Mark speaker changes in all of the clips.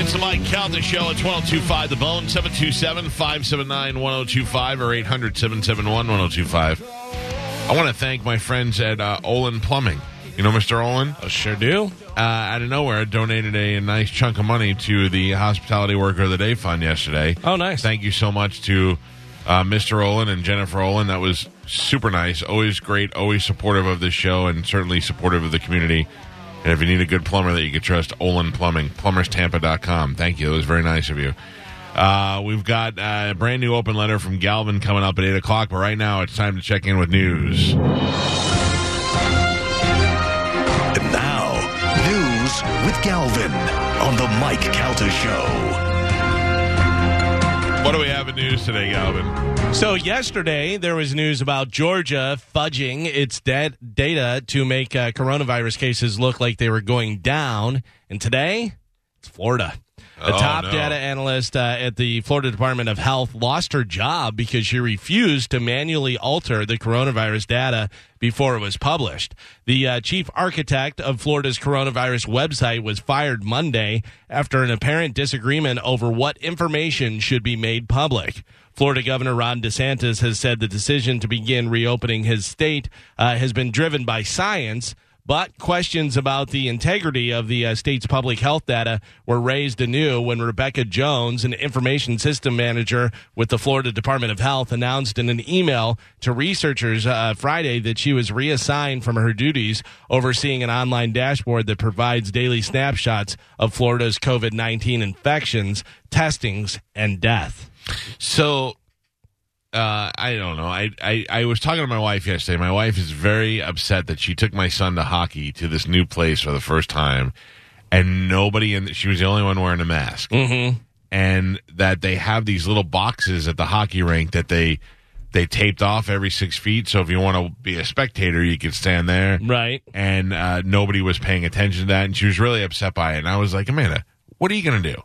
Speaker 1: It's the Mike Calton Show. It's 1025 The Bone, 727 579 1025 or 800 771 1025. I want to thank my friends at uh, Olin Plumbing. You know, Mr. Olin?
Speaker 2: I sure do.
Speaker 1: Uh, out of nowhere, donated a, a nice chunk of money to the Hospitality Worker of the Day Fund yesterday.
Speaker 2: Oh, nice.
Speaker 1: Thank you so much to uh, Mr. Olin and Jennifer Olin. That was super nice. Always great, always supportive of this show, and certainly supportive of the community. And if you need a good plumber that you can trust, Olin Plumbing, plumberstampa.com. Thank you. That was very nice of you. Uh, we've got uh, a brand new open letter from Galvin coming up at 8 o'clock, but right now it's time to check in with news.
Speaker 3: And now, news with Galvin on the Mike Calter Show.
Speaker 1: What do we have in news today, Galvin?
Speaker 2: So yesterday there was news about Georgia fudging its da- data to make uh, coronavirus cases look like they were going down, and today it's Florida. A
Speaker 1: Oh,
Speaker 2: top
Speaker 1: no.
Speaker 2: data analyst uh, at the Florida Department of Health lost her job because she refused to manually alter the coronavirus data before it was published. The uh, chief architect of Florida's coronavirus website was fired Monday after an apparent disagreement over what information should be made public. Florida Governor Ron DeSantis has said the decision to begin reopening his state uh, has been driven by science. But questions about the integrity of the uh, state's public health data were raised anew when Rebecca Jones, an information system manager with the Florida Department of Health, announced in an email to researchers uh, Friday that she was reassigned from her duties overseeing an online dashboard that provides daily snapshots of Florida's COVID 19 infections, testings, and death.
Speaker 1: So, uh, I don't know. I, I, I was talking to my wife yesterday. My wife is very upset that she took my son to hockey to this new place for the first time, and nobody in she was the only one wearing a mask.
Speaker 2: Mm-hmm.
Speaker 1: and that they have these little boxes at the hockey rink that they they taped off every six feet. So if you want to be a spectator, you can stand there.
Speaker 2: Right.
Speaker 1: And uh, nobody was paying attention to that, and she was really upset by it. And I was like, Amanda, what are you going to do?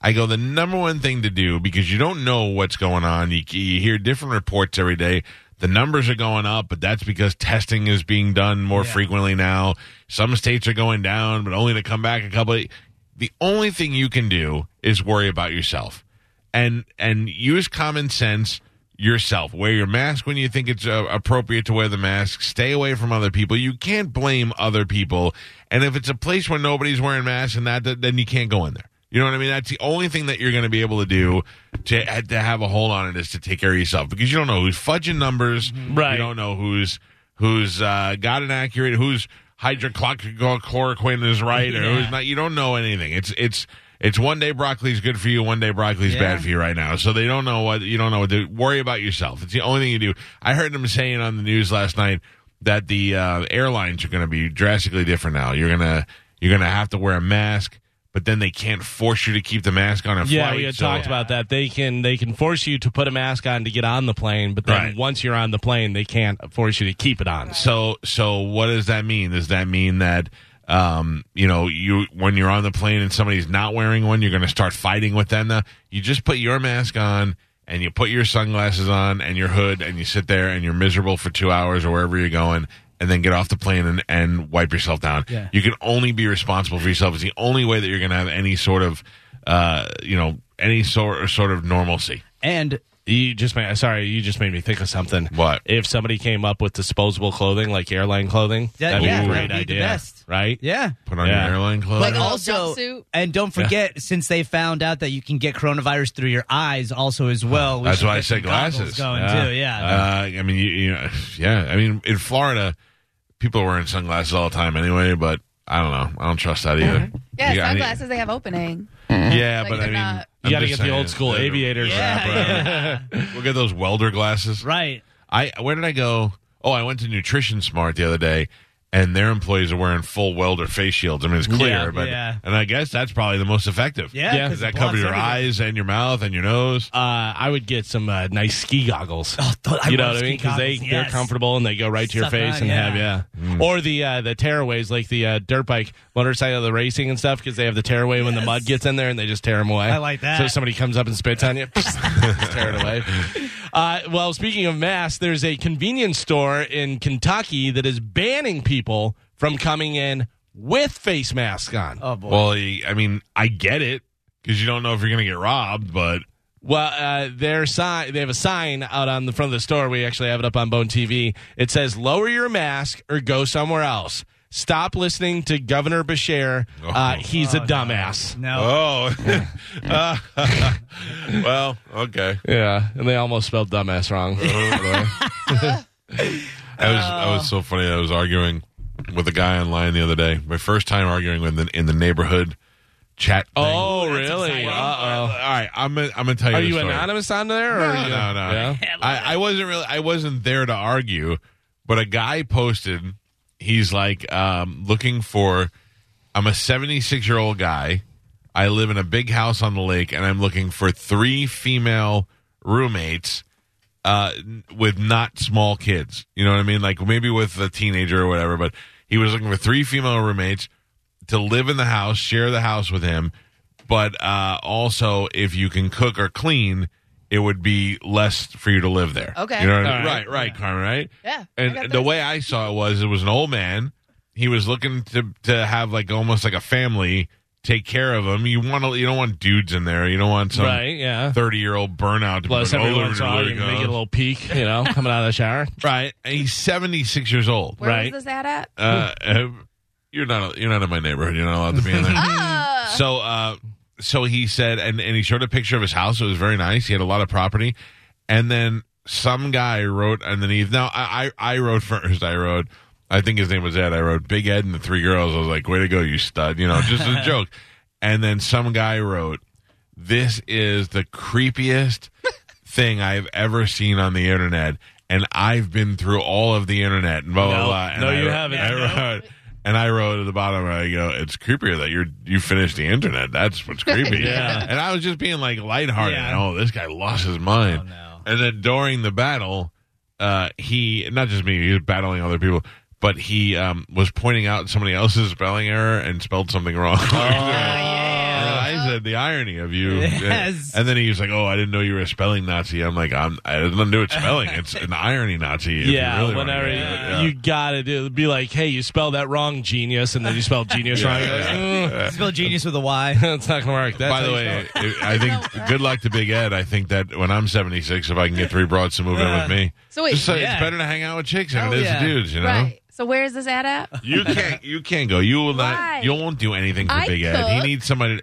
Speaker 1: I go, the number one thing to do because you don't know what's going on. You, you hear different reports every day. The numbers are going up, but that's because testing is being done more frequently now. Some states are going down, but only to come back a couple. Of, the only thing you can do is worry about yourself and and use common sense yourself. Wear your mask when you think it's uh, appropriate to wear the mask. Stay away from other people. You can't blame other people. And if it's a place where nobody's wearing masks and that, th- then you can't go in there. You know what I mean? That's the only thing that you're going to be able to do to to have a hold on it is to take care of yourself because you don't know who's fudging numbers.
Speaker 2: Right.
Speaker 1: You don't know who's who's uh, got an accurate who's hydrochloroquine is right or who's not. You don't know anything. It's it's it's one day broccoli's good for you, one day broccoli's bad for you right now. So they don't know what you don't know what to worry about yourself. It's the only thing you do. I heard them saying on the news last night that the uh, airlines are going to be drastically different now. You're gonna you're gonna have to wear a mask. But then they can't force you to keep the mask on a
Speaker 2: Yeah,
Speaker 1: flight.
Speaker 2: we had
Speaker 1: so-
Speaker 2: talked about that. They can they can force you to put a mask on to get on the plane, but then
Speaker 1: Right.
Speaker 2: once you're on the plane, they can't force you to keep it on.
Speaker 1: So so what does that mean? Does that mean that um, you know you when you're on the plane and somebody's not wearing one, you're going to start fighting with them? Now? You just put your mask on and you put your sunglasses on and your hood and you sit there and you're miserable for two hours or wherever you're going. And then get off the plane and, and wipe yourself down.
Speaker 2: Yeah.
Speaker 1: You can only be responsible for yourself. It's the only way that you're going to have any sort of, uh, you know, any sort sort of normalcy.
Speaker 2: And you just made sorry, you just made me think of something.
Speaker 1: What?
Speaker 2: if somebody came up with disposable clothing like airline clothing?
Speaker 4: That-
Speaker 2: that'd
Speaker 4: yeah,
Speaker 2: be a great
Speaker 4: that'd be the
Speaker 2: idea,
Speaker 4: best.
Speaker 2: right?
Speaker 4: Yeah.
Speaker 1: Put on
Speaker 2: Yeah.
Speaker 1: your airline clothes.
Speaker 4: But
Speaker 5: Little
Speaker 4: also,
Speaker 5: jumpsuit.
Speaker 4: and don't forget, since they found out that you can get coronavirus through your eyes, also as well. we
Speaker 1: That's
Speaker 4: should
Speaker 1: why I
Speaker 4: get
Speaker 1: said
Speaker 4: some goggles
Speaker 1: glasses.
Speaker 4: Going too, yeah.
Speaker 1: Uh, I mean, you, you know, yeah. I mean, in Florida, people are wearing sunglasses all the time anyway. But I don't know. I don't trust that either.
Speaker 6: Uh-huh. Yeah,
Speaker 1: You got- I need-
Speaker 6: sunglasses they have opening.
Speaker 1: Yeah,
Speaker 6: Like
Speaker 1: but I
Speaker 6: they're
Speaker 1: mean,
Speaker 6: not-
Speaker 2: You got to
Speaker 1: I'm
Speaker 2: get
Speaker 1: just
Speaker 2: the
Speaker 1: saying,
Speaker 2: old school
Speaker 1: they're-
Speaker 2: aviators.
Speaker 4: Yeah,
Speaker 1: We'll get those welder glasses.
Speaker 4: Right.
Speaker 1: I where did I go? Oh, I went to Nutrition Smart the other day, and their employees are wearing full welder face shields. I mean, it's clear,
Speaker 2: Yeah,
Speaker 1: but
Speaker 4: yeah.
Speaker 1: and I guess that's probably the most effective.
Speaker 4: Yeah, Yeah. 'cause
Speaker 1: does that
Speaker 4: it
Speaker 1: cover
Speaker 4: blocks
Speaker 1: your
Speaker 4: everything.
Speaker 1: eyes and your mouth and your nose?
Speaker 2: Uh, I would get some uh, nice ski goggles.
Speaker 4: Oh, th- I
Speaker 2: you know
Speaker 4: love
Speaker 2: what I mean?
Speaker 4: ski
Speaker 2: Because they
Speaker 4: goggles,
Speaker 2: they're
Speaker 4: yes.
Speaker 2: comfortable and they go right to your
Speaker 4: Suck
Speaker 2: face
Speaker 4: on,
Speaker 2: and
Speaker 4: yeah.
Speaker 2: have
Speaker 4: Mm.
Speaker 2: yeah. Or the uh, the tearaways like the uh, dirt bike motorcycle, the racing and stuff because they have the tearaway when the mud gets in there and they just tear them away.
Speaker 4: I like that.
Speaker 2: So somebody comes up and spits on you, just tear it away. Uh, well, speaking of masks, there's a convenience store in Kentucky that is banning people from coming in with face masks on.
Speaker 4: Oh boy.
Speaker 1: Well, y- I mean, I get it because you don't know if you're going to get robbed, but
Speaker 2: Well, uh, their sign, they have a sign out on the front of the store. We actually have it up on Bone TV. It says, lower your mask or go somewhere else. Stop listening to Governor Bashir. Uh,
Speaker 1: Oh.
Speaker 2: he's a dumbass.
Speaker 4: no.
Speaker 1: oh, Uh, well, okay.
Speaker 2: Yeah, and they almost spelled dumbass wrong.
Speaker 1: I was I was so funny. I was arguing with a guy online the other day. My first time arguing with in, in the neighborhood chat. Thing.
Speaker 2: oh, really?
Speaker 1: All
Speaker 2: Uh oh.
Speaker 1: right, I'm gonna, I'm gonna tell you.
Speaker 2: Are
Speaker 1: the
Speaker 2: you
Speaker 1: story.
Speaker 2: anonymous on there? Or
Speaker 1: No, no, no.
Speaker 2: Yeah.
Speaker 1: I, I wasn't really. I wasn't there to argue, but a guy posted. He's like um, looking for. I'm a 76 year old guy. I live in a big house on the lake, and I'm looking for three female roommates uh, n- with not small kids. You know what I mean? Like maybe with a teenager or whatever. But he was looking for three female roommates to live in the house, share the house with him. But uh, also, if you can cook or clean, it would be less for you to live there.
Speaker 6: Okay.
Speaker 1: You know what I mean?
Speaker 2: All right.
Speaker 1: Right, right, Carmen, right?
Speaker 6: Yeah, I got
Speaker 1: And the
Speaker 6: those.
Speaker 1: way I saw it was it was an old man. He was looking to to have like almost like a family take care of him. You want to you don't want dudes in there. You don't want some
Speaker 2: Right, yeah.
Speaker 1: thirty year old burnout to
Speaker 2: Plus,
Speaker 1: be like,
Speaker 2: every
Speaker 1: "Oh,
Speaker 2: once in a
Speaker 1: there
Speaker 2: while,
Speaker 1: it
Speaker 2: you make
Speaker 1: goes."
Speaker 2: it a little peek, you know, coming out of the shower.
Speaker 1: Right. And he's 76 years old.
Speaker 6: Where
Speaker 2: Right.
Speaker 6: was this at at?
Speaker 1: Uh, uh, you're not you're not in my neighborhood. You're not allowed to be in there.
Speaker 6: Ah,
Speaker 1: so uh, so he said and and he showed a picture of his house. It was very nice. He had a lot of property. And then some guy wrote underneath. Now I I, I wrote first. I wrote I think his name was Ed. I wrote Big Ed and the three girls. I was like, "Way to go, you stud." You know, just as a joke. And then some guy wrote, "This is the creepiest thing I've ever seen on the internet." And I've been through all of the internet and blah blah
Speaker 2: No.
Speaker 1: blah. And
Speaker 2: No,
Speaker 1: I
Speaker 2: you
Speaker 1: wrote-
Speaker 2: haven't.
Speaker 1: I wrote, and I wrote at the bottom. I go, "It's creepier that you're you finished the internet. That's what's creepy."
Speaker 2: Yeah.
Speaker 1: And I was just being like lighthearted.
Speaker 4: Yeah.
Speaker 1: Oh, this guy lost his mind.
Speaker 4: no.
Speaker 1: And then during the battle, uh, he not just me, he was battling other people, but he um, was pointing out somebody else's spelling error and spelled something wrong. And I said the irony of you.
Speaker 4: Yes.
Speaker 1: And then he was like, "Oh, I didn't know you were a spelling Nazi." I'm like, "I'm I didn't know it's spelling. It's an irony Nazi." if you
Speaker 2: yeah,
Speaker 1: really wanna
Speaker 2: whenever
Speaker 1: get
Speaker 2: you,
Speaker 1: into it. Yeah.
Speaker 2: you gotta do, be like, hey, you spelled that wrong, genius, and then you spelled genius wrong. You're like, "Mm,
Speaker 4: Spell genius with a Y.
Speaker 2: That's not gonna work. That's
Speaker 1: By the
Speaker 2: how you
Speaker 1: way, I think good luck to Big Ed. I think that when I'm 76, if I can get three broads to move in with me,
Speaker 6: So wait,
Speaker 1: Just so
Speaker 4: yeah.
Speaker 1: it's better to hang out with chicks than
Speaker 4: Oh,
Speaker 1: it is
Speaker 4: yeah.
Speaker 1: dudes. You know,
Speaker 6: right. So where is this at at?
Speaker 1: you can't you can't go. You will
Speaker 6: Why?
Speaker 1: not. You won't do anything for
Speaker 6: I
Speaker 1: Big Ed.
Speaker 6: cook.
Speaker 1: He needs somebody. To,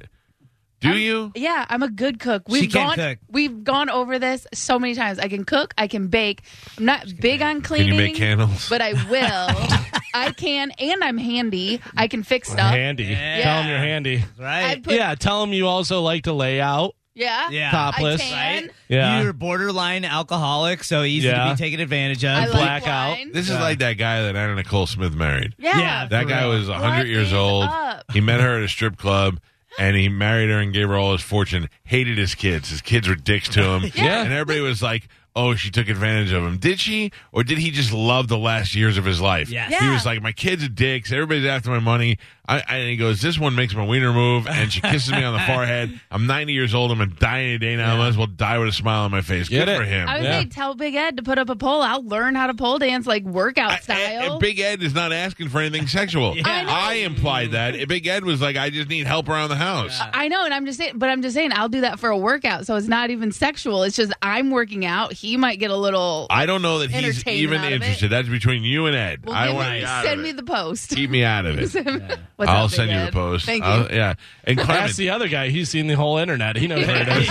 Speaker 1: do you?
Speaker 6: Yeah, I'm a good cook.
Speaker 4: She
Speaker 6: We've
Speaker 4: can't
Speaker 6: gone
Speaker 4: cook.
Speaker 6: we've gone over this so many times. I can cook, I can bake. I'm not big on
Speaker 1: Can
Speaker 6: cleaning.
Speaker 1: you make candles?
Speaker 6: But I will. I can and I'm handy. I can fix
Speaker 2: spell
Speaker 6: stuff.
Speaker 2: it. handy.
Speaker 4: Yeah.
Speaker 2: Tell them you're handy.
Speaker 6: I
Speaker 4: Right.
Speaker 6: put
Speaker 2: yeah, tell them you also like to lay out.
Speaker 6: yeah.
Speaker 4: yeah.
Speaker 2: Topless.
Speaker 6: I can.
Speaker 4: Right.
Speaker 2: Yeah.
Speaker 4: You're borderline alcoholic, so easy
Speaker 2: Yeah.
Speaker 4: to be taken advantage of.
Speaker 6: I like
Speaker 2: blackout.
Speaker 6: wine.
Speaker 1: this is like that guy that Anna Nicole Smith married.
Speaker 6: Yeah.
Speaker 4: Yeah.
Speaker 1: That guy was 100 years
Speaker 6: is
Speaker 1: old.
Speaker 6: up?
Speaker 1: He met her at a strip club. And he married her and gave her all his fortune. Hated his kids. His kids were dicks to him.
Speaker 2: Yeah.
Speaker 1: And everybody was like, "Oh, she took advantage of him." Did she, or did he just love the last years of his life?
Speaker 4: Yes.
Speaker 6: Yeah.
Speaker 1: He was like, "My kids are dicks. Everybody's after my money." I, I- and he goes, "This one makes my wiener move," and she kisses me on the forehead. I'm 90 years old. I'm a dying any day now. I might as well die with a smile on my face.
Speaker 2: Get
Speaker 1: Good
Speaker 2: it.
Speaker 1: for him.
Speaker 6: I would
Speaker 2: Yeah.
Speaker 6: say tell Big Ed to put up a poll. I'll learn how to pole dance like workout
Speaker 1: And-
Speaker 6: style.
Speaker 1: and Big Ed is not asking for anything sexual.
Speaker 6: I know.
Speaker 1: I implied that. Big Ed was like, I just need help around the house.
Speaker 6: I know, and I'm just saying, but I'm just saying, I'll do that for a workout. So it's not even sexual. It's just I'm working out. He might get a little.
Speaker 1: I don't know that he's
Speaker 6: Entertainment
Speaker 1: even
Speaker 6: out of it.
Speaker 1: interested. That's between you and Ed.
Speaker 6: Well,
Speaker 1: I
Speaker 6: give
Speaker 1: want
Speaker 6: me-
Speaker 1: to
Speaker 6: send me the post.
Speaker 1: keep me out of it.
Speaker 6: What's What's
Speaker 1: I'll
Speaker 6: up,
Speaker 1: send
Speaker 6: Big
Speaker 1: you the
Speaker 6: Ed?
Speaker 1: post.
Speaker 6: Thank you.
Speaker 1: I'll- yeah, and
Speaker 2: That's
Speaker 1: Clement,
Speaker 2: the other guy. He's seen the whole internet. He knows where it is.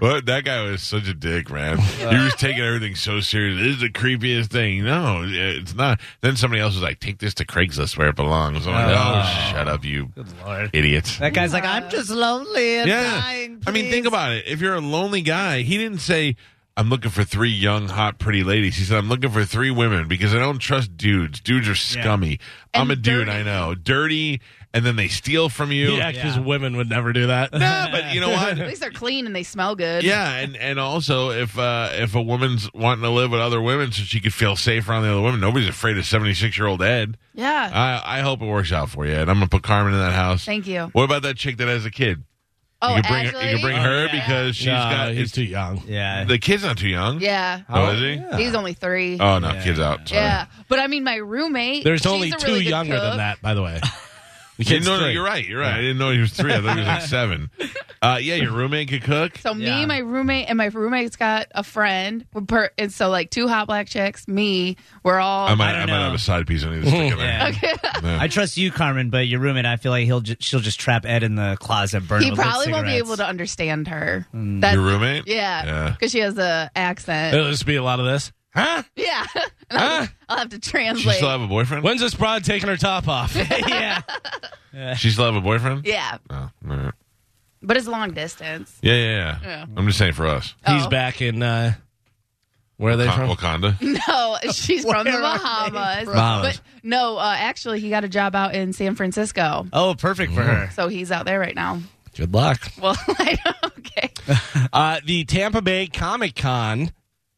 Speaker 1: well, that guy was such a dick, man. He was taking everything so serious. This is the creepiest thing. No, it's not. Then somebody else was like, "Take this to Craigslist where it belongs." I'm like, "Oh, shut up, you idiot."
Speaker 4: That guy's like, I'm just lonely and dying.
Speaker 1: I mean,
Speaker 4: please."
Speaker 1: think about it. If you're a lonely guy, he didn't say, I'm looking for three young, hot, pretty ladies. He said, I'm looking for three women because I don't trust dudes. Dudes are scummy. I'm a
Speaker 6: And
Speaker 1: dude,
Speaker 6: dirty.
Speaker 1: I know. Dirty, and then they steal from you.
Speaker 2: Yeah, because women would never do that.
Speaker 1: Nah, but you know
Speaker 6: At
Speaker 1: what?
Speaker 6: least they're clean and they smell good.
Speaker 1: Yeah, and, and also if uh, if a woman's wanting to live with other women so she could feel safe around the other women, nobody's afraid of seventy six year old Ed.
Speaker 6: Yeah.
Speaker 1: I, I hope it works out for you, Ed. I'm gonna put Carmen in that house.
Speaker 6: Thank you.
Speaker 1: What about that chick that has a kid?
Speaker 6: oh,
Speaker 1: you can bring
Speaker 6: Ashley.
Speaker 1: her, you can bring her
Speaker 4: yeah.
Speaker 1: because she's
Speaker 2: Nah,
Speaker 1: got
Speaker 2: he's
Speaker 1: it's-
Speaker 2: too young.
Speaker 4: Yeah.
Speaker 1: The kid's not too young.
Speaker 6: Yeah.
Speaker 1: Oh, is he?
Speaker 6: He's only three.
Speaker 1: Oh no, kid's out. Sorry.
Speaker 6: yeah. But I mean, my roommate.
Speaker 2: There's
Speaker 6: she's
Speaker 2: only
Speaker 6: a
Speaker 2: two
Speaker 6: really good
Speaker 2: younger
Speaker 6: cook.
Speaker 2: than that, by the way. The
Speaker 1: Yeah,
Speaker 2: kid's
Speaker 1: no, no,
Speaker 2: three.
Speaker 1: you're right. You're right. I didn't know he was three. I thought he was like seven. Uh, yeah, your roommate could cook.
Speaker 6: So
Speaker 4: Yeah.
Speaker 6: me, my roommate, and my roommate's got a friend. We're per- and so like two hot black chicks, me, we're all.
Speaker 1: I
Speaker 4: I
Speaker 1: might, I,
Speaker 4: don't
Speaker 1: might
Speaker 4: know.
Speaker 1: have a side piece I need to stick in there.
Speaker 4: Yeah. I trust you, Carmen, but your roommate, I feel like he'll ju- she'll just trap Ed in the closet, burn.
Speaker 6: he
Speaker 4: him with lit
Speaker 6: probably won't be
Speaker 4: cigarettes.
Speaker 6: able to understand her. That's,
Speaker 1: Your roommate?
Speaker 6: yeah,
Speaker 1: Yeah.
Speaker 6: because she has a accent.
Speaker 2: There'll just be a lot of this. Huh?
Speaker 6: yeah, And I'll,
Speaker 2: Huh?
Speaker 6: I'll have to
Speaker 1: She
Speaker 6: translate.
Speaker 1: still have a boyfriend?
Speaker 2: When's this broad taking her top off?
Speaker 4: yeah.
Speaker 1: She still have a boyfriend?
Speaker 6: yeah,
Speaker 1: Oh, all right.
Speaker 6: but it's long distance.
Speaker 1: yeah, yeah, yeah.
Speaker 6: Yeah.
Speaker 1: I'm just saying for us.
Speaker 2: He's
Speaker 6: Oh.
Speaker 2: back in. Uh, where are they
Speaker 1: Con-
Speaker 2: from?
Speaker 1: Wakanda.
Speaker 6: No, she's from the
Speaker 4: Where are they
Speaker 6: Bahamas.
Speaker 4: from?
Speaker 2: Bahamas.
Speaker 6: But no, uh, actually, he got a job out in San Francisco,
Speaker 4: Oh, perfect for
Speaker 1: Mm.
Speaker 4: her.
Speaker 6: so he's out there right now.
Speaker 2: Good luck.
Speaker 6: Well, I don't, okay.
Speaker 2: Uh, the Tampa Bay Comic Con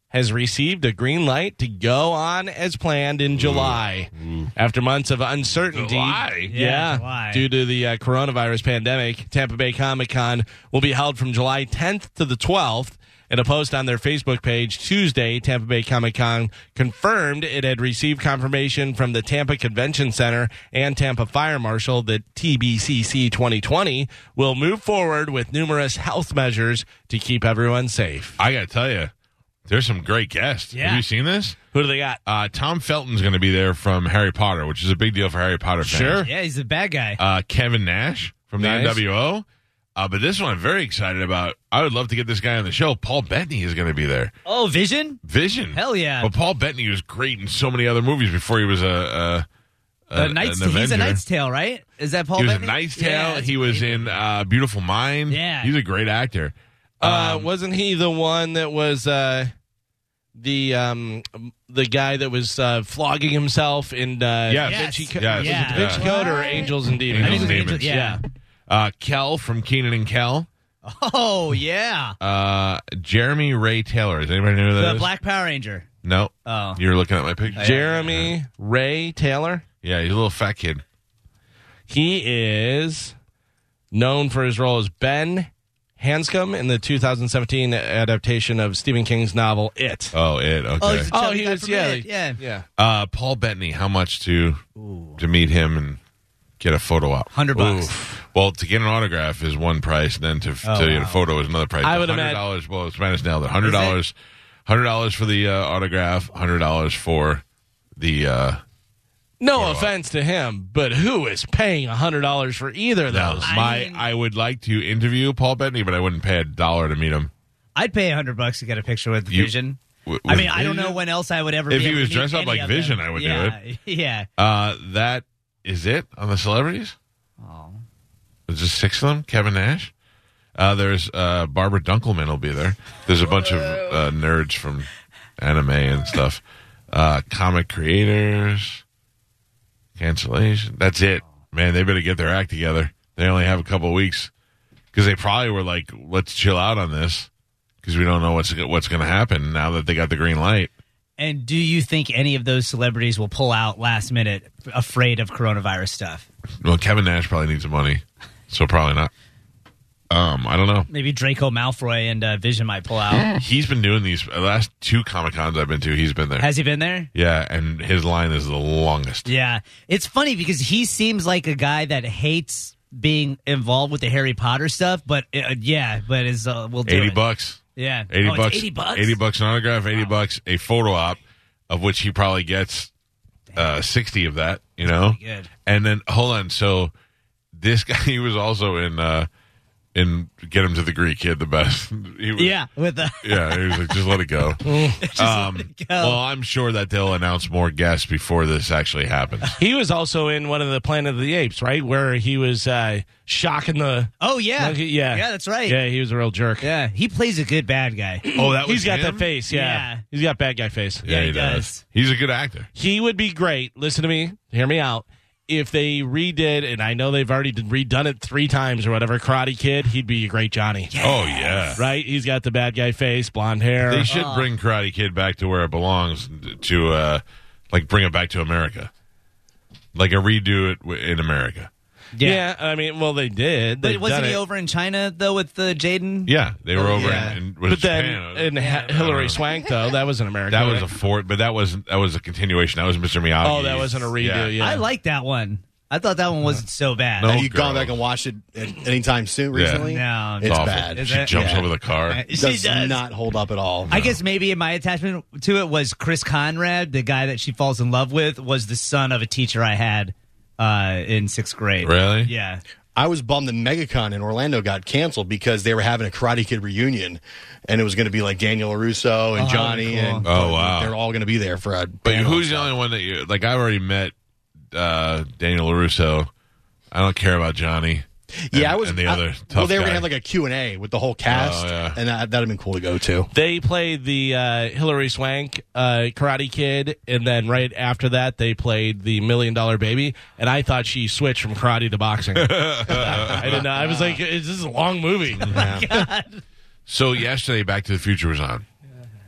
Speaker 2: has received a green light to go on as planned in July after months of uncertainty.
Speaker 1: July?
Speaker 2: Yeah,
Speaker 4: Yeah, July.
Speaker 2: due to the uh, coronavirus pandemic, Tampa Bay Comic Con will be held from July 10th to the 12th. In a post on their Facebook page Tuesday, Tampa Bay Comic Con confirmed it had received confirmation from the Tampa Convention Center and Tampa Fire Marshal that TBCC 2020 will move forward with numerous health measures to keep everyone safe.
Speaker 1: I got to tell you, there's some great guests. Have
Speaker 4: Yeah.
Speaker 1: you seen this?
Speaker 2: Who do they got?
Speaker 1: Uh, Tom Felton's going to be there from Harry Potter, which is a big deal for Harry Potter fans.
Speaker 2: Sure.
Speaker 4: Yeah, he's a bad guy.
Speaker 1: uh, Kevin Nash from the
Speaker 2: Nice.
Speaker 1: NWO. Uh, but this one I'm very excited about. I would love to get this guy on the show. Paul Bettany is going to be there.
Speaker 4: oh, Vision.
Speaker 1: Vision.
Speaker 4: Hell yeah.
Speaker 1: But Paul Bettany was great in so many other movies before he was a. a
Speaker 4: The Knight's,
Speaker 1: uh, an
Speaker 4: he's a
Speaker 1: Avenger.
Speaker 4: Knight's Tale, right? Is that Paul?
Speaker 1: He was a
Speaker 4: Bettany?
Speaker 1: Knight's Tale.
Speaker 4: Yeah, that's
Speaker 1: he was
Speaker 4: amazing.
Speaker 1: in uh, Beautiful Mind.
Speaker 4: Yeah.
Speaker 1: He's a great actor.
Speaker 2: Uh, wasn't he the one that was uh, the um, the guy that was uh, flogging himself in uh,
Speaker 1: Yes.
Speaker 2: Da Vinci, Co-
Speaker 1: Yes.
Speaker 2: was it
Speaker 4: Yeah.
Speaker 2: Da Vinci Code or Angels and Demons?
Speaker 4: I think it was
Speaker 1: Demons.
Speaker 4: Angel- yeah.
Speaker 1: Uh, Kel from Keenan and Kel.
Speaker 4: Oh yeah,
Speaker 1: Uh, Jeremy Ray Taylor. Does anybody know who that
Speaker 4: the
Speaker 1: is?
Speaker 4: Black Power Ranger.
Speaker 1: no.
Speaker 4: Oh.
Speaker 1: You're looking at my picture.
Speaker 2: Jeremy Ray Taylor.
Speaker 1: Yeah, he's a little fat kid.
Speaker 2: He is known for his role as Ben Hanscom in the 2017 adaptation of Stephen King's novel It.
Speaker 1: Oh, it. Okay.
Speaker 4: Oh, he's a
Speaker 2: Oh,
Speaker 4: chubby
Speaker 2: he
Speaker 4: guy
Speaker 2: was-
Speaker 4: from
Speaker 2: yeah,
Speaker 4: It.
Speaker 2: like-
Speaker 4: yeah,
Speaker 2: Yeah.
Speaker 1: Uh, Paul Bettany, how much to to meet him and get a photo op?
Speaker 4: 100 bucks.
Speaker 1: Oof. Well, to get an autograph is one price, and then to,
Speaker 4: Oh,
Speaker 1: to get a photo is another price.
Speaker 2: I would
Speaker 1: hundred
Speaker 2: imagine-
Speaker 1: dollars. Well, Spanish nailed it. Hundred dollars, hundred dollars for the uh, autograph. Hundred dollars for the uh,
Speaker 2: No offense to him, but who is paying $100 for either of
Speaker 1: no,
Speaker 2: those?
Speaker 1: my. I, would like to interview Paul Bettany, but I wouldn't pay a dollar to meet him.
Speaker 4: I'd pay a hundred bucks to get a picture with
Speaker 1: You-
Speaker 4: Vision.
Speaker 1: W-
Speaker 4: I
Speaker 1: with
Speaker 4: mean, I don't know
Speaker 1: Vision?
Speaker 4: when else I would ever.
Speaker 1: If
Speaker 4: be
Speaker 1: he
Speaker 4: able
Speaker 1: was
Speaker 4: to meet
Speaker 1: dressed up
Speaker 4: any
Speaker 1: like
Speaker 4: of them.
Speaker 1: Vision, I would do
Speaker 4: yeah. Yeah,
Speaker 1: Uh, that is it on the celebrities. There's just six of them. Kevin Nash. Uh, there's uh, Barbara Dunkelman will be there. There's a bunch of uh, nerds from anime and stuff. Uh, comic creators. Cancellation. That's it. Man, they better get their act together. They only have a couple weeks because they probably were like, "Let's chill out on this," because we don't know what's what's going to happen now that they got the green light.
Speaker 4: And do you think any of those celebrities will pull out last minute, afraid of coronavirus stuff?
Speaker 1: Well, Kevin Nash probably needs the money, so probably not. Um, I don't know.
Speaker 4: Maybe Draco Malfoy and uh, Vision might pull out.
Speaker 1: He's been doing these uh, last two Comic Cons I've been to. He's been there.
Speaker 4: Has he been there?
Speaker 1: yeah, and his line is the longest.
Speaker 4: Yeah, it's funny because he seems like a guy that hates being involved with the Harry Potter stuff, but uh, yeah, but is uh, we'll do
Speaker 1: Eighty
Speaker 4: it.
Speaker 1: bucks.
Speaker 4: Yeah,
Speaker 1: Eighty
Speaker 4: Oh, it's
Speaker 1: bucks.
Speaker 4: Eighty bucks.
Speaker 1: Eighty bucks an autograph. Eighty bucks a photo op, of which he probably gets uh, 60 of that, you know?
Speaker 4: good.
Speaker 1: And then, hold on. So this guy, he was also in, uh, in Get Him to the Greek. He had the best. He was,
Speaker 4: Yeah, with the
Speaker 1: Yeah, he was like, just let it go. um, Well, I'm sure that they'll announce more guests before this actually happens.
Speaker 2: He was also in one of the Planet of the Apes, right? Where he was uh, shocking the.
Speaker 4: oh yeah,
Speaker 2: Like, yeah.
Speaker 4: yeah, that's right.
Speaker 2: Yeah, he was a real jerk.
Speaker 4: Yeah, he plays a good bad guy.
Speaker 1: Oh, that
Speaker 2: He's got
Speaker 1: him?
Speaker 2: that face. Yeah.
Speaker 4: Yeah.
Speaker 2: He's got bad guy face.
Speaker 1: Yeah,
Speaker 4: he
Speaker 1: he does.
Speaker 4: does.
Speaker 1: He's a good actor.
Speaker 2: He would be great. Listen to me. Hear me out. If they redid, and I know they've already did- redone it three times or whatever, Karate Kid, he'd be a great Johnny.
Speaker 1: Oh, yeah.
Speaker 2: Right? Uh-huh. He's got the bad guy face, blonde hair.
Speaker 1: They should bring Karate Kid back to where it belongs to, uh, like, bring it back to America. Like, a redo it w- in America.
Speaker 2: yeah. I mean, well, they did.
Speaker 4: But
Speaker 2: They've
Speaker 4: wasn't
Speaker 2: done
Speaker 4: he
Speaker 2: it.
Speaker 4: over in China though with uh, Jaden?
Speaker 1: Yeah, they
Speaker 2: Oh,
Speaker 1: were over
Speaker 4: yeah.
Speaker 1: in, in was
Speaker 2: But then,
Speaker 1: Japan.
Speaker 2: and Ha- Hillary
Speaker 5: Uh-huh.
Speaker 2: Swank, though, that was in America.
Speaker 1: that was
Speaker 2: right?
Speaker 1: a fort, but that wasn't that was a continuation. That was Mr. Miyagi.
Speaker 2: Oh, that wasn't a redo. Yeah.
Speaker 4: I like that one. I thought that one wasn't so bad.
Speaker 1: No.
Speaker 5: Have you gone
Speaker 1: girl.
Speaker 5: back and watched it at any time soon
Speaker 1: Yeah.
Speaker 5: recently?
Speaker 4: No,
Speaker 5: it's
Speaker 1: awful.
Speaker 5: bad.
Speaker 4: Is
Speaker 1: She
Speaker 4: it?
Speaker 1: jumps
Speaker 5: Yeah.
Speaker 1: over the car.
Speaker 4: She
Speaker 5: does,
Speaker 4: does.
Speaker 5: not hold up at all.
Speaker 4: I guess maybe my attachment to it was Chris Conrad, the guy that she falls in love with, was the son of a teacher I had uh, in sixth grade.
Speaker 1: Really?
Speaker 4: Yeah.
Speaker 5: I was bummed that MegaCon in Orlando got canceled because they were having a Karate Kid reunion, and it was going to be like Daniel Russo and
Speaker 4: Oh,
Speaker 5: Johnny,
Speaker 4: cool.
Speaker 5: and
Speaker 1: Oh, wow.
Speaker 5: they're all going to be there for a.
Speaker 1: But who's the only one that you like? I've already met uh, Daniel Larusso. I don't care about Johnny.
Speaker 5: yeah,
Speaker 1: and-
Speaker 5: I was.
Speaker 1: and the
Speaker 5: I-
Speaker 1: other
Speaker 5: well,
Speaker 1: tough
Speaker 5: they were going
Speaker 1: guy.
Speaker 5: to have like a Q and A with the whole cast,
Speaker 1: Oh, yeah.
Speaker 5: and that, that'd have been cool to go to.
Speaker 2: They played the uh, Hillary Swank uh, Karate Kid, and then right after that, they played the Million Dollar Baby. And I thought she switched from karate to boxing. I didn't know. I was like, "Is this is a long movie?"
Speaker 1: So yesterday, Back to the Future was on.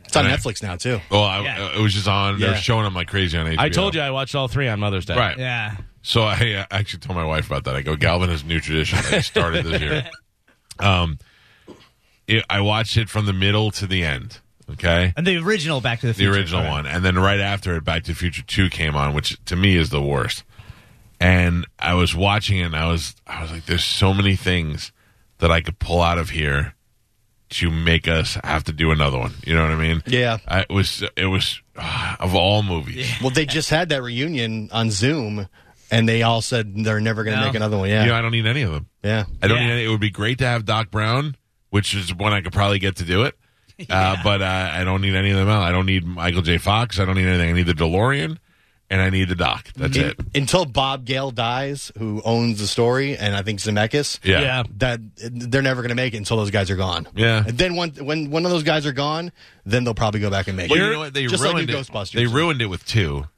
Speaker 5: It's on
Speaker 1: Right.
Speaker 5: Netflix now too.
Speaker 1: Well, I, uh,
Speaker 4: Yeah.
Speaker 1: it was just on. They were
Speaker 5: Yeah.
Speaker 1: showing them like crazy on HBO.
Speaker 2: I told you I watched all three on Mother's Day.
Speaker 1: right?
Speaker 4: Yeah.
Speaker 1: So I uh, actually told my wife about that. I go, Galvin is a new tradition that he started this year. Um, it, I watched it from the middle to the end. Okay.
Speaker 4: And the original Back to the
Speaker 1: the
Speaker 4: Future.
Speaker 1: original
Speaker 4: Right.
Speaker 1: one, and then right after it, Back to the Future Two came on, which to me is the worst. And I was watching it, and I was, I was like, "There's so many things that I could pull out of here to make us have to do another one." You know what I mean?
Speaker 5: Yeah.
Speaker 1: I it was, it was ah, of all movies.
Speaker 5: Well, they just had that reunion on Zoom, and they all said they're never going to
Speaker 4: No.
Speaker 5: make another one.
Speaker 1: Yeah.
Speaker 5: Yeah,
Speaker 1: You know, I don't need any of them.
Speaker 5: yeah.
Speaker 1: I don't
Speaker 4: Yeah.
Speaker 1: need any. It would be great to have Doc Brown, which is one I could probably get to do it. Uh, but uh, I don't need any of them out. I don't need Michael J. Fox. I don't need anything. I need the DeLorean, and I need the Doc. That's it.
Speaker 5: Until Bob Gale dies, who owns the story, and I think Zemeckis.
Speaker 1: Yeah.
Speaker 2: Yeah.
Speaker 5: that they're never going to make it until those guys are gone.
Speaker 1: Yeah.
Speaker 5: And then when when one of those guys are gone, then they'll probably go back and make
Speaker 1: Well,
Speaker 5: it.
Speaker 1: you know what? They
Speaker 5: Just like
Speaker 1: ruined
Speaker 5: new
Speaker 1: it.
Speaker 5: Ghostbusters.
Speaker 1: They ruined it with two.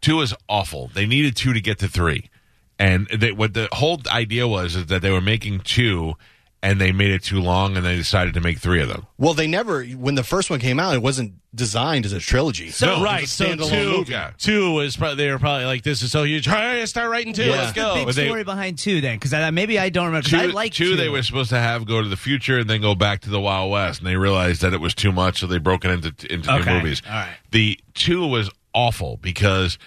Speaker 1: Two is awful. They needed two to get to three, and they, what the whole idea was is that they were making two, and they made it too long, and they decided to make three of them.
Speaker 5: Well, they never. When the first one came out, it wasn't designed as a trilogy.
Speaker 2: So,
Speaker 1: No,
Speaker 2: right,
Speaker 5: it's a
Speaker 2: so
Speaker 5: standalone
Speaker 2: two,
Speaker 5: movie.
Speaker 1: Yeah.
Speaker 2: two was probably they were probably like, "This is so huge." All right, start writing two.
Speaker 5: Yeah.
Speaker 2: Let's
Speaker 4: The
Speaker 2: go.
Speaker 4: big
Speaker 1: But they-
Speaker 4: story behind two, then, because I, maybe I don't remember. 'cause
Speaker 1: Two,
Speaker 4: I like
Speaker 1: two,
Speaker 4: two.
Speaker 1: They were supposed to have go to the future and then go back to the Wild West, and they realized that it was too much, so they broke it into into two
Speaker 4: Okay.
Speaker 1: movies.
Speaker 4: All right.
Speaker 1: The two was awful because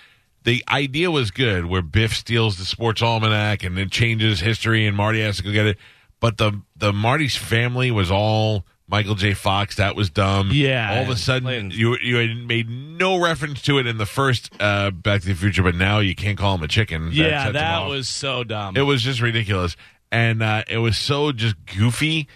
Speaker 1: the idea was good, where Biff steals the sports almanac and it changes history, and Marty has to go get it. But the the Marty's family was all Michael J. Fox. That was dumb.
Speaker 2: Yeah.
Speaker 1: All of a sudden,
Speaker 2: Plain-
Speaker 1: you you had made no reference to it in the first uh, Back to the Future, but now you can't call him a chicken. That sets
Speaker 2: yeah,
Speaker 1: him
Speaker 2: that
Speaker 1: off.
Speaker 2: was so dumb.
Speaker 1: It was just ridiculous, and uh, it was so just goofy,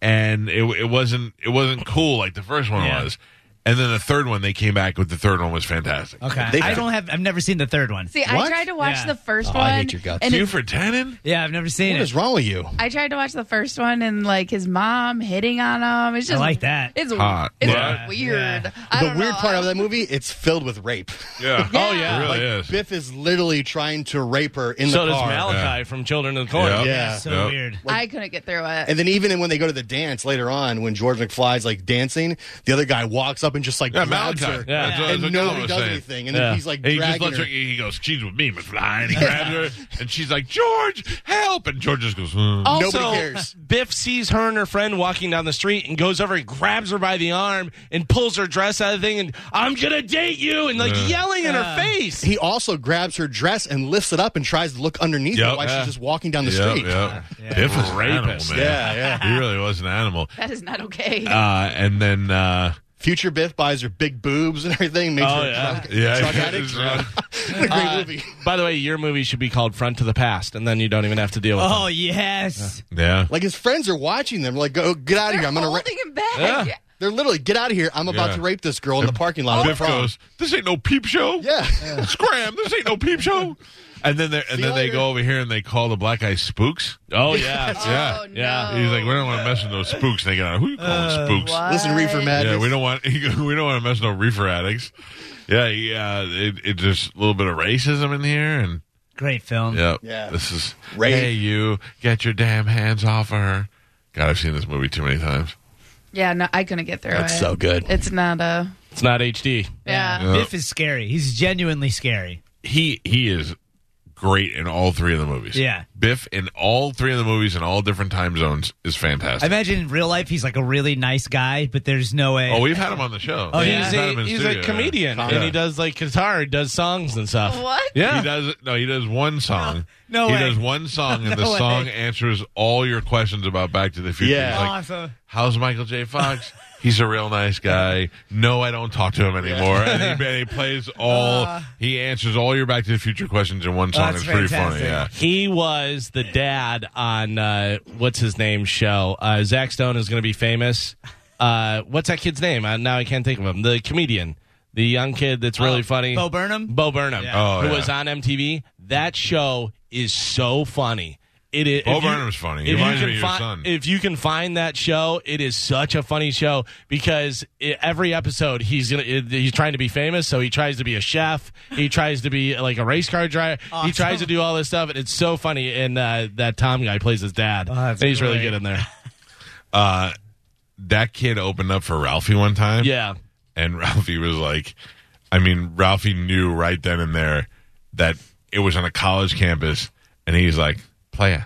Speaker 1: and it, it wasn't it wasn't cool like the first one
Speaker 4: Yeah.
Speaker 1: was, and then the third one they came back with the third one was fantastic.
Speaker 4: Okay.
Speaker 5: They-
Speaker 4: I don't have. I've never seen the third one.
Speaker 6: See, I
Speaker 5: What?
Speaker 6: tried to watch
Speaker 4: Yeah.
Speaker 6: the first
Speaker 5: Oh,
Speaker 6: one.
Speaker 5: I hate your guts.
Speaker 6: And it-
Speaker 1: Buford Tannen,
Speaker 4: Yeah, I've never seen
Speaker 5: What
Speaker 4: it.
Speaker 5: is wrong with you?
Speaker 6: I tried to watch the first one and like his mom hitting on him. It's just
Speaker 4: like that.
Speaker 6: It's
Speaker 1: Hot.
Speaker 6: It's
Speaker 1: Yeah.
Speaker 6: weird.
Speaker 4: Yeah.
Speaker 6: I
Speaker 5: The
Speaker 6: don't
Speaker 5: weird
Speaker 6: know.
Speaker 5: part of that movie, it's filled with rape.
Speaker 1: yeah, oh yeah, it really
Speaker 5: like
Speaker 1: is.
Speaker 5: Biff is literally trying to rape her in
Speaker 2: so
Speaker 5: the
Speaker 2: does
Speaker 5: car.
Speaker 2: Malachi from Children of the Corn.
Speaker 1: Yeah.
Speaker 5: Yeah.
Speaker 4: So
Speaker 1: Yep.
Speaker 4: weird.
Speaker 6: I couldn't get through it.
Speaker 5: And then even when they go to the dance later on, when George McFly's like dancing, the other guy walks up and just like
Speaker 1: Yeah,
Speaker 5: grabs
Speaker 1: Malachi.
Speaker 5: her,
Speaker 1: Yeah, that's what- that's what
Speaker 5: and
Speaker 1: Gilmore
Speaker 5: nobody
Speaker 1: was
Speaker 5: does
Speaker 1: saying.
Speaker 5: anything. And then
Speaker 2: Yeah.
Speaker 5: he's like
Speaker 1: And he just
Speaker 5: dragging
Speaker 1: lets
Speaker 5: her.
Speaker 1: her. He goes, "She's with me, McFly," and he grabs her, and she's like, "George, help!" And George just goes, "Hmm."
Speaker 5: Nobody
Speaker 2: Also,
Speaker 5: cares.
Speaker 2: Biff sees her and her friend walking down the street and goes over and grabs her by the arm and pulls her dress out of the thing and I'm gonna date you and like yelling in her face.
Speaker 5: He also grabs her dress and lifts it up and tries to look underneath
Speaker 1: Yep.
Speaker 5: it while
Speaker 1: Yeah.
Speaker 5: she's just walking down the
Speaker 1: Yep,
Speaker 5: street.
Speaker 1: yep. Biff was an animal, man.
Speaker 5: Yeah, yeah.
Speaker 1: He really was an animal.
Speaker 6: that is not okay.
Speaker 1: Uh, and then uh,
Speaker 5: Future Biff buys her big boobs and everything. Makes
Speaker 2: Oh,
Speaker 5: her a
Speaker 2: yeah.
Speaker 5: drunk-
Speaker 1: Yeah,
Speaker 5: drug
Speaker 1: yeah,
Speaker 5: addict.
Speaker 1: it's wrong.
Speaker 5: what a great
Speaker 2: Uh,
Speaker 5: movie.
Speaker 2: By the way, your movie should be called Front to the Past, and then you don't even have to deal with
Speaker 4: Oh
Speaker 2: it.
Speaker 4: yes.
Speaker 1: Yeah.
Speaker 5: Like his friends are watching them. Like, go get out of here. I'm
Speaker 6: They're
Speaker 5: gonna. ra-
Speaker 6: holding him back.
Speaker 2: Yeah.
Speaker 5: They're literally get out of here. I'm about
Speaker 1: Yeah.
Speaker 5: to rape this girl in the parking lot. of
Speaker 1: Biff
Speaker 5: the prom."
Speaker 1: goes, "This ain't no peep show."
Speaker 5: Yeah.
Speaker 1: Scram! This ain't no peep show. And then they and
Speaker 5: See
Speaker 1: then
Speaker 5: you
Speaker 1: they
Speaker 5: later.
Speaker 1: go over here and they call the black guy spooks.
Speaker 2: Oh, yeah.
Speaker 1: Yeah.
Speaker 6: Oh,
Speaker 2: Yeah.
Speaker 6: no.
Speaker 1: He's like, we don't want to mess with those spooks. And they go, who you calling
Speaker 5: Uh,
Speaker 1: spooks?
Speaker 6: What?
Speaker 5: Listen, Reefer Madness.
Speaker 1: Yeah, we don't want we don't want to mess with no reefer addicts. Yeah, yeah. It, it just a little bit of racism in here, and
Speaker 4: Great film.
Speaker 1: yeah,
Speaker 5: Yeah.
Speaker 1: This is
Speaker 5: Rape.
Speaker 1: hey, you get your damn hands off her. God, I've seen this movie too many times.
Speaker 6: Yeah, no, I couldn't get through
Speaker 5: That's
Speaker 6: it.
Speaker 5: so good.
Speaker 6: It's not a.
Speaker 2: It's not HD.
Speaker 6: Yeah.
Speaker 4: Biff is scary. He's genuinely scary.
Speaker 1: He he is great in all three of the movies.
Speaker 4: Yeah.
Speaker 1: Biff in all three of the movies in all different time zones is
Speaker 4: I
Speaker 1: fantastic.
Speaker 4: imagine in real life he's like a really nice guy, but there's no way.
Speaker 1: oh, we've had him on the show.
Speaker 4: Oh,
Speaker 1: We've
Speaker 4: yeah.
Speaker 2: He's
Speaker 1: had him
Speaker 2: a,
Speaker 1: in
Speaker 2: he's
Speaker 1: studio,
Speaker 2: a
Speaker 1: yeah.
Speaker 2: comedian, and he does like guitar, does songs and stuff.
Speaker 6: What?
Speaker 2: Yeah.
Speaker 1: He does no. He does one song.
Speaker 4: No- no
Speaker 1: he
Speaker 4: way.
Speaker 1: does one song, and
Speaker 4: No
Speaker 1: the
Speaker 4: way.
Speaker 1: song answers all your questions about Back to the Future.
Speaker 5: Yeah.
Speaker 1: He's like,
Speaker 4: awesome.
Speaker 1: How's Michael J. Fox? He's a real nice guy. No, I don't talk to him anymore. And, he, and he plays all. he answers all your Back to the Future questions in one song.
Speaker 4: that's
Speaker 1: it's pretty
Speaker 4: fantastic.
Speaker 1: funny. Yeah.
Speaker 2: He was the dad on uh, what's his name show. Uh, Zach Stone is going to be famous. Uh, what's that kid's name? Uh, now I can't think of him. The comedian, the young kid that's really
Speaker 4: Oh,
Speaker 2: funny.
Speaker 4: Bo Burnham?
Speaker 2: Bo Burnham,
Speaker 1: Oh,
Speaker 2: who
Speaker 1: yeah.
Speaker 2: was on MTV. That show is so funny. It is.
Speaker 1: Bo
Speaker 2: if you-
Speaker 1: Burnham's funny. He
Speaker 2: if you
Speaker 1: reminds me
Speaker 2: can
Speaker 1: of your
Speaker 2: fi-
Speaker 1: son.
Speaker 2: If you can find that show, it is such a funny show because i every episode he's gonna i- he's trying to be famous, so he tries to be a chef, he tries to be like a race car driver, he tries to do all this stuff, and it's so funny. And uh, that Tom guy plays his dad.
Speaker 4: Oh, that's
Speaker 2: and he's really
Speaker 4: great.
Speaker 2: good in there.
Speaker 1: Uh, that kid opened up for Ralphie one time.
Speaker 2: Yeah.
Speaker 1: And Ralphie was like, I mean, Ralphie knew right then and there that it was on a college campus. And he's like, playa.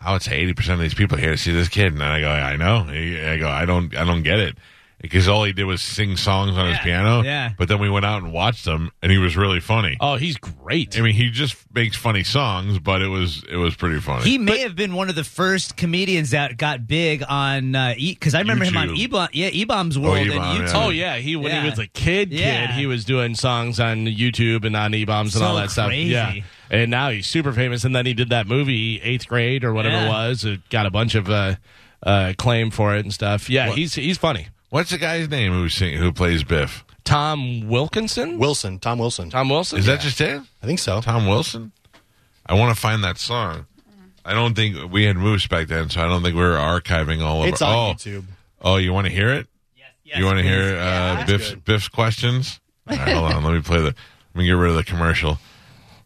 Speaker 1: I would say 80% of these people are here to see this kid. And I go, I know. He- I go, I don't, I don't get it. Because all he did was sing songs on his piano.
Speaker 4: yeah.
Speaker 1: But then we went out and watched them and he was really funny.
Speaker 2: Oh, he's great.
Speaker 1: I mean, he just makes funny songs, but it was, it was pretty funny.
Speaker 4: He may have been one of the first comedians that got big on uh, E because I remember him on
Speaker 1: YouTube.
Speaker 4: E Bomb, yeah, E Bomb's World and
Speaker 1: E-Bomb,
Speaker 4: YouTube.
Speaker 1: yeah.
Speaker 2: Oh yeah, he when he
Speaker 4: Yeah.
Speaker 2: was a kid,
Speaker 4: Yeah.
Speaker 2: kid, he was doing songs on YouTube and on E bombs and
Speaker 4: So
Speaker 2: all that stuff.
Speaker 4: crazy.
Speaker 2: Yeah, and now he's super famous. And then he did that movie, Eighth Grade or whatever
Speaker 4: Yeah.
Speaker 2: it was. It got a bunch of uh, uh, claim for it and stuff. Yeah, he's he's funny.
Speaker 1: What's the guy's name who sing, who plays Biff?
Speaker 2: Tom Wilkinson,
Speaker 5: Wilson, Tom Wilson.
Speaker 2: Tom Wilson.
Speaker 1: Is that just it?
Speaker 5: I think so.
Speaker 1: Tom Wilson? I want to find that song. I don't think we had moves back then, so I don't think we were archiving all of
Speaker 5: It's
Speaker 1: our-
Speaker 5: on
Speaker 1: oh,
Speaker 5: YouTube.
Speaker 1: Oh, you want to hear it? you want to
Speaker 4: please.
Speaker 1: hear uh, Biff's
Speaker 5: good.
Speaker 1: Biff's questions? All right, hold on, let me play the. Let me get rid of the commercial.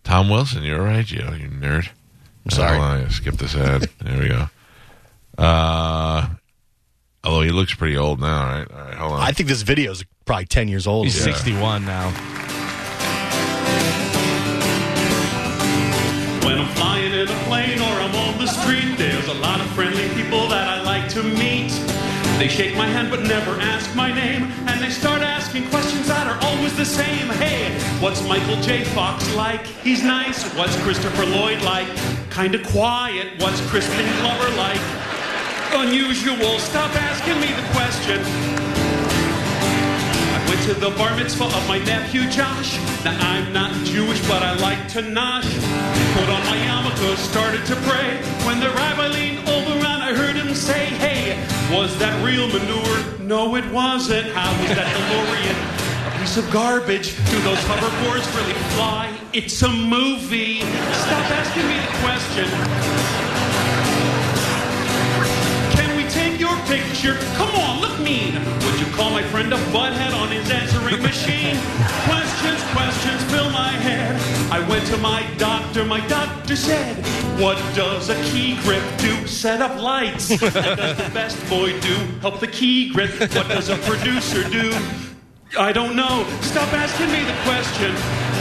Speaker 1: Tom Wilson, you're right, Gio, you nerd. I'm
Speaker 5: sorry.
Speaker 1: hold on, I gotta skip this ad. there we go. Uh, although he looks pretty old now, right? All right, hold on.
Speaker 5: I think this video is probably 10 years old.
Speaker 2: he's sixty one now.
Speaker 7: When I'm flying in a plane or I'm on the street, there's a lot of friendly people that I like to meet. They shake my hand but never ask my name, and they start asking questions that are always the same. Hey, what's Michael J. Fox like? He's nice. What's Christopher Lloyd like? Kinda quiet. What's Crispin Glover like? Unusual. Stop asking me the question. I went to the bar mitzvah of my nephew Josh. Now I'm not Jewish, but I like to nosh. Put on my yarmulke, started to pray. When the rabbi leaned over and I heard him say, Hey, was that real manure? No, it wasn't. How was that DeLorean? A piece of garbage. Do those hoverboards really fly? It's a movie. Stop asking me the question. Can we take your picture? Come on, look mean. Would you call my friend a butthead on his answering machine? questions, questions fill my head. I went to my doctor. My doctor said, What does a key grip do? Set up lights. what does the best boy do? Help the key grip. What does a producer do? I don't know. Stop asking me the question.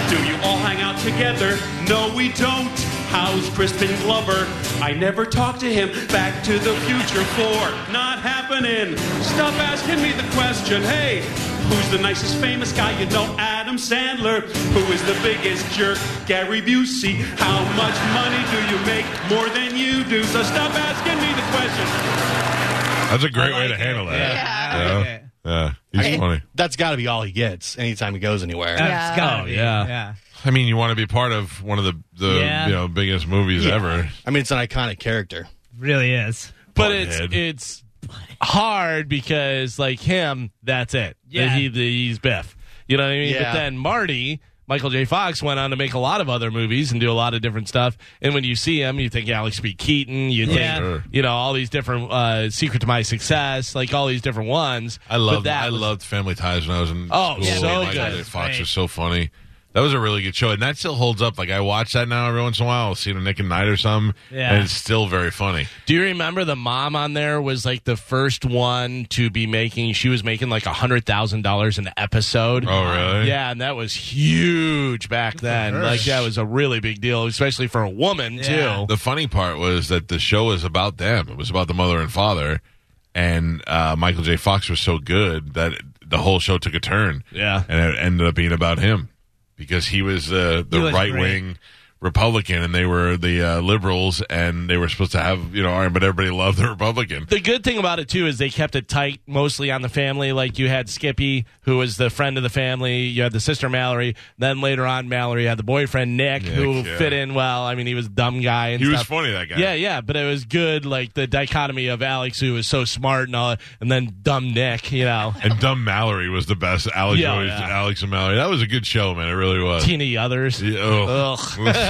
Speaker 7: Do you all hang out together? No, we don't. How's Crispin Glover? I never talked to him. Back to the Future 4. Not happening. Stop asking me the question. Hey, who's the nicest famous guy you know? Adam Sandler. Who is the biggest jerk? Gary Busey. How much money do you make? More than you do. So stop asking me the question.
Speaker 1: That's a great way to handle that.
Speaker 6: Yeah.
Speaker 1: You know?
Speaker 4: Yeah.
Speaker 1: Uh, he's funny.
Speaker 5: That's got to be all he gets anytime he goes anywhere.
Speaker 6: Yeah.
Speaker 4: It's gotta
Speaker 2: Oh,
Speaker 4: be.
Speaker 2: yeah.
Speaker 4: yeah.
Speaker 1: I mean, you want to be part of one of the the
Speaker 4: Yeah.
Speaker 1: you know biggest movies ever.
Speaker 5: I mean, it's an iconic character.
Speaker 4: Really is.
Speaker 2: but it's
Speaker 1: Butthead.
Speaker 2: it's hard because like him, that's it.
Speaker 4: Yeah.
Speaker 2: He, he's Biff. You know what I mean? But
Speaker 5: Yeah.
Speaker 2: then Marty, Michael J. Fox went on to make a lot of other movies and do a lot of different stuff. And when you see him, you think Alex B. Keaton, you
Speaker 1: Yeah.
Speaker 2: think
Speaker 1: Sure.
Speaker 2: you know all these different uh, Secret to My Success, like all these different ones.
Speaker 1: I love
Speaker 2: But that.
Speaker 1: I
Speaker 2: was-
Speaker 1: loved Family Ties when I was in
Speaker 2: Oh,
Speaker 1: school.
Speaker 2: so
Speaker 1: Michael
Speaker 2: good.
Speaker 1: J. Fox
Speaker 4: Great.
Speaker 1: is so funny. That was a really good show, and that still holds up. Like I watch that now every once in a while. I'll see it on Nick and Night or something,
Speaker 4: Yeah.
Speaker 1: and it's still very funny.
Speaker 2: Do you remember the mom on there was like the first one to be making? She was making like a hundred thousand dollars an episode.
Speaker 1: Oh, really?
Speaker 2: Yeah, and that was huge back then. Like that was a really big deal, especially for a woman
Speaker 4: Yeah.
Speaker 2: too.
Speaker 1: The funny part was that the show was about them. It was about the mother and father, and uh, Michael J. Fox was so good that the whole show took a turn.
Speaker 2: Yeah.
Speaker 1: and it ended up being about him because he was uh, the
Speaker 4: He was
Speaker 1: right wing Republican, and they were the uh, liberals, and they were supposed to have you know, all right, but everybody loved the Republican.
Speaker 2: The good thing about it too is they kept it tight, mostly on the family. Like you had Skippy, who was the friend of the family. You had the sister Mallory. Then later on, Mallory had the boyfriend Nick, who
Speaker 1: yeah.
Speaker 2: fit in well. I mean, he was a dumb guy. And
Speaker 1: He was
Speaker 2: stuff.
Speaker 1: funny, that guy.
Speaker 2: Yeah, yeah, but it was good. Like the dichotomy of Alex, who was so smart and all, and then dumb Nick. You know,
Speaker 1: And Dumb Mallory was the best. Alex,
Speaker 2: Yeah,
Speaker 1: always,
Speaker 2: yeah.
Speaker 1: Alex and Mallory. That was a good show, man. It really was.
Speaker 2: teeny others.
Speaker 1: Yeah, oh.
Speaker 2: Ugh.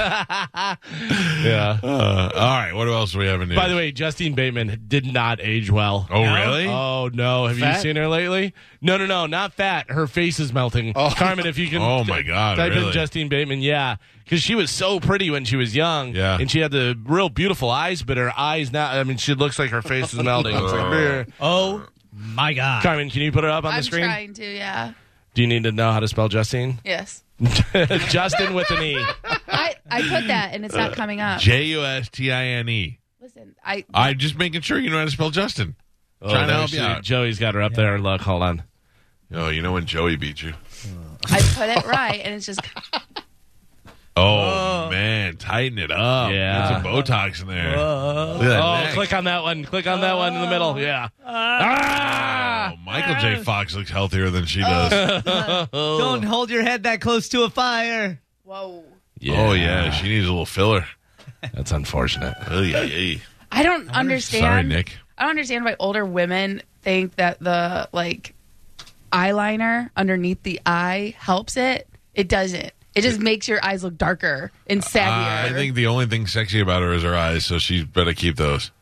Speaker 2: yeah.
Speaker 1: Uh, all right. What else do we have in here?
Speaker 2: By the way, Justine Bateman did not age well.
Speaker 1: Oh, really?
Speaker 2: Oh no! Have you
Speaker 5: Fat?
Speaker 2: seen her lately? No, no, no, not fat. Her face is melting. Carmen, if you can.
Speaker 1: Oh, my God,
Speaker 2: Type in
Speaker 1: really?
Speaker 2: Justine Bateman. Yeah, because she was so pretty when she was young.
Speaker 1: Yeah.
Speaker 2: and she had the real beautiful eyes, but her eyes now. I mean, she looks like her face is melting. It's like, "Brr."
Speaker 4: Oh my god.
Speaker 2: Carmen, can you put her up on
Speaker 6: I'm
Speaker 2: the screen?
Speaker 6: trying to, yeah.
Speaker 2: Do you need to know how to spell Justine?
Speaker 6: Yes.
Speaker 2: Justin with an E.
Speaker 6: I, I put that and it's not coming up.
Speaker 1: J U S T I N E.
Speaker 6: Listen, I
Speaker 1: I'm just making sure you know how to spell Justin. Trying to
Speaker 2: no,
Speaker 1: help you
Speaker 2: she-
Speaker 1: out.
Speaker 2: Oh, Joey's got her up there. Look, hold on.
Speaker 1: Oh, you know when Joey beat you?
Speaker 6: I put it right and it's just
Speaker 1: Oh, man, tighten it up.
Speaker 2: Yeah.
Speaker 1: Get some Botox in there. Look at that
Speaker 2: Oh,
Speaker 1: neck.
Speaker 2: click on that one. Click on that one in the middle. Yeah. Ah!
Speaker 1: Oh, Michael J. Fox looks healthier than she does.
Speaker 4: Don't hold your head that close to a fire.
Speaker 6: whoa.
Speaker 1: Oh yeah, she needs a little filler.
Speaker 2: That's unfortunate.
Speaker 1: Oh yeah, yeah.
Speaker 6: I don't understand.
Speaker 1: Sorry, Nick.
Speaker 6: I don't understand why older women think that the like eyeliner underneath the eye helps it. It doesn't. It just makes your eyes look darker and
Speaker 1: I
Speaker 6: saggier.
Speaker 1: think the only thing sexy about her is her eyes, so she better keep those.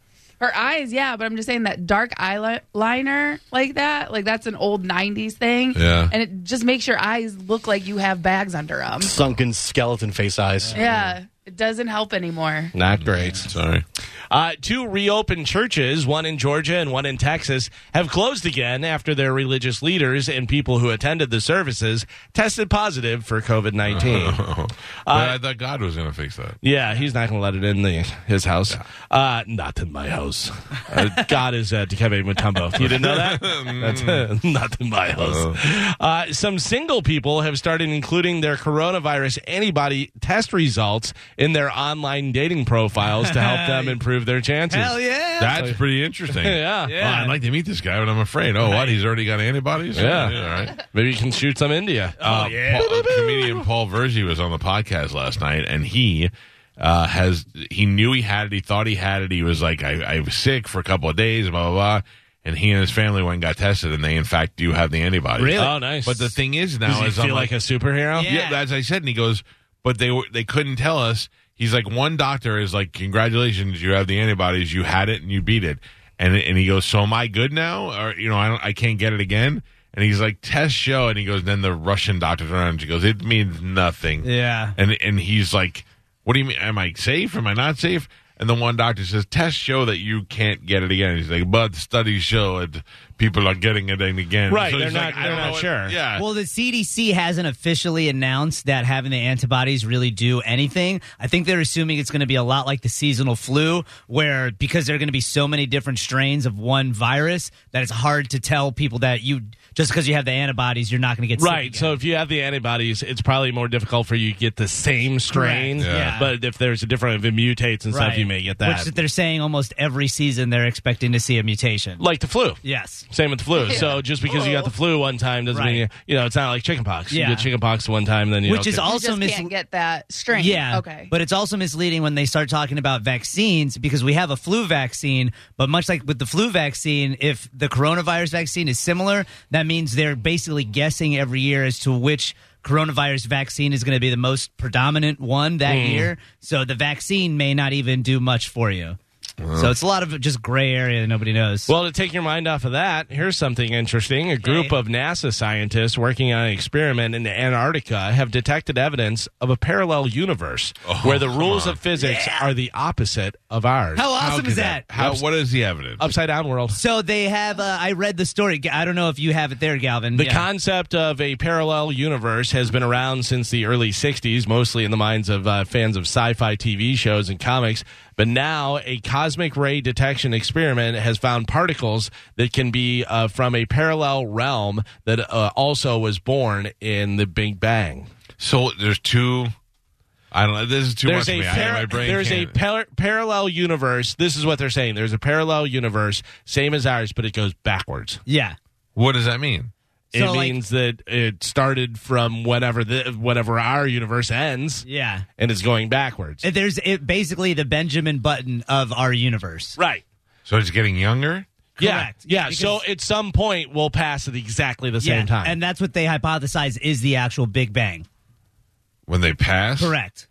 Speaker 6: Her eyes, yeah, but I'm just saying that dark eyeliner like that, like that's an old '90s thing.
Speaker 1: Yeah.
Speaker 6: and it just makes your eyes look like you have bags under them.
Speaker 5: Sunken skeleton face eyes.
Speaker 6: Yeah, it doesn't help anymore.
Speaker 2: Not great.
Speaker 1: Sorry.
Speaker 2: Uh, two reopened churches, one in Georgia and one in Texas, have closed again after their religious leaders and people who attended the services tested positive for COVID 19.
Speaker 1: Uh, But I thought God was going to fix that.
Speaker 2: Yeah, he's not going to let it in the, his house. Uh, not in my house. Uh, God is uh, Dikembe Mutombo. You didn't know that? That's, uh, not in my house. Uh, some single people have started including their coronavirus antibody test results in their online dating profiles to help them improve their chances.
Speaker 4: Hell yeah.
Speaker 1: That's pretty interesting.
Speaker 2: Yeah.
Speaker 1: Oh, I'd like to meet this guy, but I'm afraid. Oh, what? He's already got antibodies?
Speaker 2: Yeah.
Speaker 1: all right.
Speaker 2: Maybe you can shoot some India.
Speaker 1: Uh, Paul- uh, comedian Paul Verzi was on the podcast last night, and he uh, has he knew he had it. He thought he had it. He was like, I, I was sick for a couple of days, blah blah blah. And he and his family went and got tested, and they in fact do have the antibodies.
Speaker 2: Oh, nice.
Speaker 1: But the thing is
Speaker 2: Does
Speaker 1: now
Speaker 2: he
Speaker 1: is I'm
Speaker 2: feel like, a superhero?
Speaker 1: yeah. as I said, and he goes, but they were they couldn't tell us. He's like, one doctor is like, congratulations, you have the antibodies, you had it, and you beat it. And and he goes, so am I good now, or you know, I don't, I can't get it again. And he's like, test show, and he goes, then the Russian doctor turns around and she goes, it means nothing.
Speaker 4: Yeah.
Speaker 1: And and he's like, what do you mean? Am I safe? Am I not safe? And the one doctor says, tests show that you can't get it again. He's like, but studies show that people are getting it again.
Speaker 2: Right,
Speaker 1: he's
Speaker 2: they're not-
Speaker 1: I
Speaker 2: they're
Speaker 1: don't
Speaker 2: not
Speaker 1: know what-
Speaker 2: sure.
Speaker 1: Yeah.
Speaker 4: Well, the CDC hasn't officially announced that having the antibodies really do anything. I think they're assuming it's going to be a lot like the seasonal flu, where because there are going to be so many different strains of one virus that it's hard to tell people that you just because you have the antibodies, you're not going to get
Speaker 2: Right.
Speaker 4: Sick again.
Speaker 2: So if you have the antibodies, it's probably more difficult for you to get the same strain.
Speaker 4: Correct, yeah.
Speaker 2: But if there's a different, if it mutates and stuff,
Speaker 4: Right.
Speaker 2: you may get
Speaker 4: which
Speaker 2: that.
Speaker 4: they're saying almost every season they're expecting to see a mutation.
Speaker 2: like the flu.
Speaker 4: Yes.
Speaker 2: Same with the flu. So just because you got the flu one time doesn't mean you,
Speaker 4: Oh. Right.
Speaker 2: you know it's not like chickenpox.
Speaker 4: Yeah.
Speaker 2: You get chickenpox one time, then you
Speaker 4: Which
Speaker 2: don't
Speaker 4: is
Speaker 2: get-
Speaker 4: all-
Speaker 6: Also,
Speaker 4: Also
Speaker 6: you just
Speaker 4: mis-
Speaker 6: can't get that strain.
Speaker 4: Yeah.
Speaker 6: Okay.
Speaker 4: But it's also misleading when they start talking about vaccines because we have a flu vaccine, but much like with the flu vaccine, if the coronavirus vaccine is similar, that means they're basically guessing every year as to which coronavirus vaccine is going to be the most predominant one
Speaker 2: Hmm.
Speaker 4: that year. So the vaccine may not even do much for you. So it's a lot of just gray area that nobody knows.
Speaker 2: Well, to take your mind off of that, here's something interesting. A group of NASA scientists working on an experiment in Antarctica have detected evidence of a parallel universe
Speaker 1: Oh,
Speaker 2: where the rules of physics are the opposite of ours.
Speaker 4: how awesome
Speaker 1: could
Speaker 4: is that?
Speaker 1: How, what is the evidence?
Speaker 2: Upside down world.
Speaker 4: So they have. Uh, I read the story. I don't know if you have it there, Galvin.
Speaker 2: The
Speaker 4: Yeah.
Speaker 2: concept of a parallel universe has been around since the early 60s, mostly in the minds of uh, fans of sci fi TV shows and comics. But now, a cosmic ray detection experiment has found particles that can be uh, from a parallel realm that uh, also was born in the Big Bang.
Speaker 1: so there's two. I don't know. This is too
Speaker 2: There's a,
Speaker 1: much. for me. I-
Speaker 2: par-
Speaker 1: my brain
Speaker 2: there's a
Speaker 1: can't-
Speaker 2: par- parallel universe. This is what they're saying. There's a parallel universe, same as ours, but it goes backwards.
Speaker 4: yeah.
Speaker 1: what does that mean?
Speaker 4: So,
Speaker 2: it
Speaker 4: like-
Speaker 2: means that it started from whatever the, whatever our universe ends.
Speaker 4: Yeah.
Speaker 2: and it's going backwards.
Speaker 4: There's it, basically the Benjamin Button of our universe.
Speaker 2: right.
Speaker 1: So it's getting younger.
Speaker 2: Yeah.
Speaker 4: Correct.
Speaker 2: Yeah.
Speaker 4: Because-
Speaker 2: so at some point we'll pass at exactly the same
Speaker 4: Yeah,
Speaker 2: time.
Speaker 4: And that's what they hypothesize is the actual Big Bang.
Speaker 1: When they pass,
Speaker 4: Correct.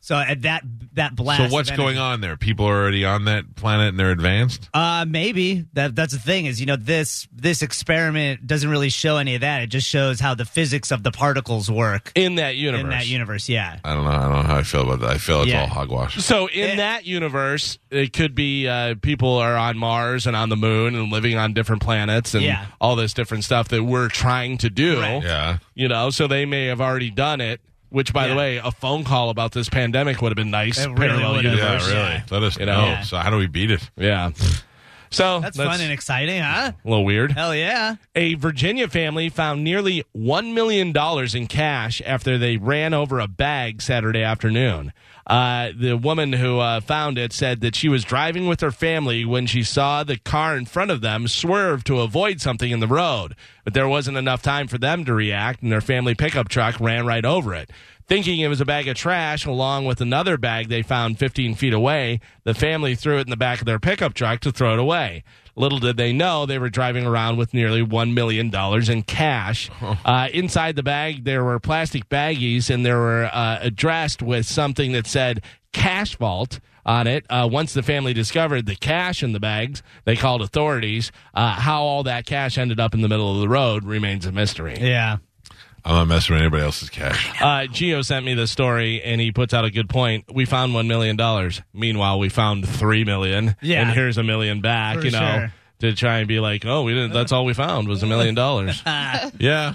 Speaker 4: So at that that blast.
Speaker 1: So
Speaker 4: of
Speaker 1: what's
Speaker 4: energy-
Speaker 1: going on there? People are already on that planet and they're advanced.
Speaker 4: Uh, maybe that that's the thing is you know this this experiment doesn't really show any of that. It just shows how the physics of the particles work
Speaker 2: in that universe.
Speaker 4: in that universe. Yeah.
Speaker 1: I don't know. I don't know how I feel about that. I feel it's
Speaker 4: Yeah.
Speaker 1: all hogwash.
Speaker 2: So in
Speaker 4: It-
Speaker 2: that universe, it could be uh, people are on Mars and on the moon and living on different planets and
Speaker 4: Yeah.
Speaker 2: all this different stuff that we're trying to do.
Speaker 4: Right.
Speaker 1: Yeah.
Speaker 2: You know, so they may have already done it. Which, by the
Speaker 4: Yeah.
Speaker 2: way, a phone call about this pandemic would have been nice.
Speaker 4: It really
Speaker 2: Parallel
Speaker 4: would have.
Speaker 1: Yeah,
Speaker 2: universe.
Speaker 1: really. Let us
Speaker 2: You
Speaker 1: know.
Speaker 2: know?
Speaker 1: So how do we beat it?
Speaker 2: Yeah. So
Speaker 4: That's, fun and exciting, huh?
Speaker 2: a little weird.
Speaker 4: Hell yeah.
Speaker 2: A Virginia family found nearly $1 million in cash after they ran over a bag Saturday afternoon. Uh, the woman who uh, found it said that she was driving with her family when she saw the car in front of them swerve to avoid something in the road. But there wasn't enough time for them to react, and their family pickup truck ran right over it. Thinking it was a bag of trash along with another bag they found 15 feet away, the family threw it in the back of their pickup truck to throw it away. Little did they know they were driving around with nearly $1 million in cash. Uh, inside the bag, there were plastic baggies and they were uh, addressed with something that said cash vault on it. Uh, once the family discovered the cash in the bags, they called authorities. Uh, how all that cash ended up in the middle of the road remains a mystery.
Speaker 4: Yeah.
Speaker 1: I'm not messing with anybody else's cash.
Speaker 2: Uh, Geo sent me this story, and he puts out a good point. We found one million dollars. Meanwhile, we found three million.
Speaker 4: Yeah.
Speaker 2: and here's a million back.
Speaker 4: For
Speaker 2: you know,
Speaker 4: sure.
Speaker 2: to try and be like, oh, we didn't. That's all we found was a million dollars.
Speaker 1: yeah.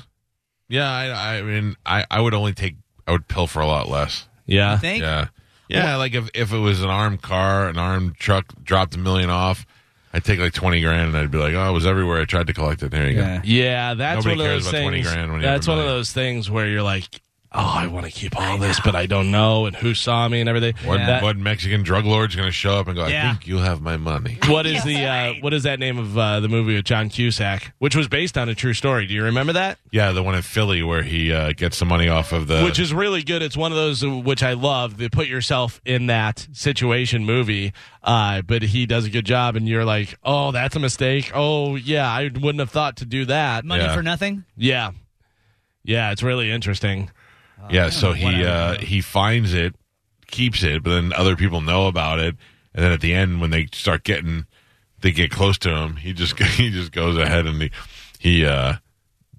Speaker 1: Yeah. I, I mean, I, I would only take. I would pill for a lot less.
Speaker 2: Yeah,
Speaker 4: Think
Speaker 1: Yeah. Yeah. like if, if it was an armed car, an armed truck dropped a million off, I'd take like 20 grand and I'd be like, oh, it was everywhere. I tried to collect it. There you go.
Speaker 2: yeah. That's
Speaker 1: Nobody
Speaker 2: one of
Speaker 1: cares
Speaker 2: those
Speaker 1: about 20
Speaker 2: things.
Speaker 1: grand when you have
Speaker 2: that's
Speaker 1: a
Speaker 2: one of
Speaker 1: million.
Speaker 2: those things where you're like, oh, I want to keep all this, but I don't know, and who saw me and everything.
Speaker 1: What,
Speaker 2: That-
Speaker 1: what Mexican drug lord's going to show up and go, I
Speaker 4: Yeah.
Speaker 1: think you have my money?
Speaker 2: what is the uh, what is that name of uh, the movie with John Cusack, which was based on a true story? Do you remember that?
Speaker 1: Yeah, the one in Philly where he uh, gets the money off of the.
Speaker 2: which is really good. It's one of those uh, which I love. The put yourself in that situation movie, uh, but he does a good job, and you're like, oh, that's a mistake. Oh, yeah, I wouldn't have thought to do that.
Speaker 4: money
Speaker 1: Yeah.
Speaker 4: for nothing?
Speaker 2: Yeah, yeah, it's really interesting.
Speaker 1: Yeah, so he
Speaker 4: whatever.
Speaker 1: uh, he finds it, keeps it, but then other people know about it, and then at the end when they start getting, they get close to him. He just he just goes ahead and he he uh,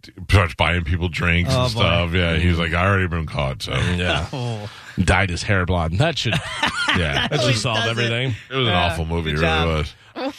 Speaker 1: d- starts buying people drinks
Speaker 4: Oh,
Speaker 1: and
Speaker 4: boy.
Speaker 1: stuff. Yeah, he's like, I already been caught, so
Speaker 2: Yeah,
Speaker 4: Oh.
Speaker 2: dyed his hair blonde. That should yeah, that should
Speaker 4: always
Speaker 2: solve
Speaker 4: Oh, does it.
Speaker 2: everything.
Speaker 1: it was an awful movie. It really
Speaker 4: job.
Speaker 1: was.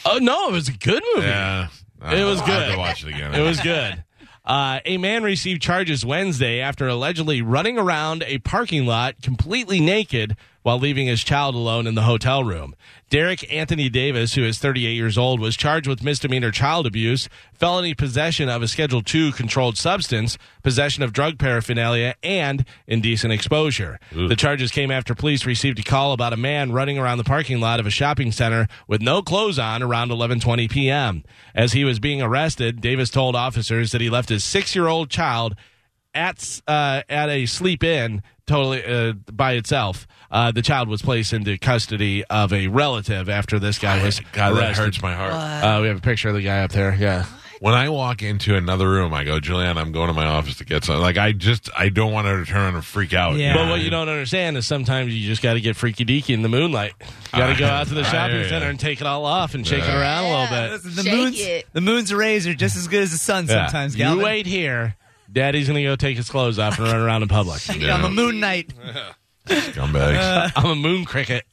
Speaker 2: Oh no, it was a good movie.
Speaker 1: Yeah, I
Speaker 2: It
Speaker 1: don't
Speaker 2: was
Speaker 1: know. I have
Speaker 2: good.
Speaker 1: to watch it again.
Speaker 2: It was good. Uh, a man received charges Wednesday after allegedly running around a parking lot completely naked while leaving his child alone in the hotel room. Derek Anthony Davis, who is 38 years old, was charged with misdemeanor child abuse, felony possession of a Schedule II controlled substance, possession of drug paraphernalia, and indecent exposure. The charges came after police received a call about a man running around the parking lot of a shopping center with no clothes on around 11:20 p.m. As he was being arrested, Davis told officers that he left his 6-year-old child at s- uh, at a sleep in totally uh, by itself. Uh, the child was placed into custody of a relative after this guy was
Speaker 1: God, that
Speaker 2: arrested.
Speaker 1: hurts my heart.
Speaker 2: Uh, we have a picture of the guy up there. Yeah.
Speaker 1: When I walk into another room, I go, Julianne, I'm going to my office to get something. Like, I just, I don't want her to turn around and freak out.
Speaker 4: Yeah.
Speaker 2: But what you don't understand is sometimes you just got to get freaky deaky in the moonlight. You got to go out to the
Speaker 1: I hear
Speaker 2: shopping
Speaker 1: ya.
Speaker 2: center and take it all off and shake it
Speaker 1: Yeah.
Speaker 2: around a little bit.
Speaker 4: The
Speaker 6: Shake
Speaker 4: moon's,
Speaker 6: it.
Speaker 4: the moon's rays are just as good as the sun sometimes,
Speaker 2: you
Speaker 4: Galvin.
Speaker 2: wait here. Daddy's going to go take his clothes off and run around in public.
Speaker 1: Yeah.
Speaker 4: On the moon night.
Speaker 1: Scumbags.
Speaker 2: I'm a moon cricket.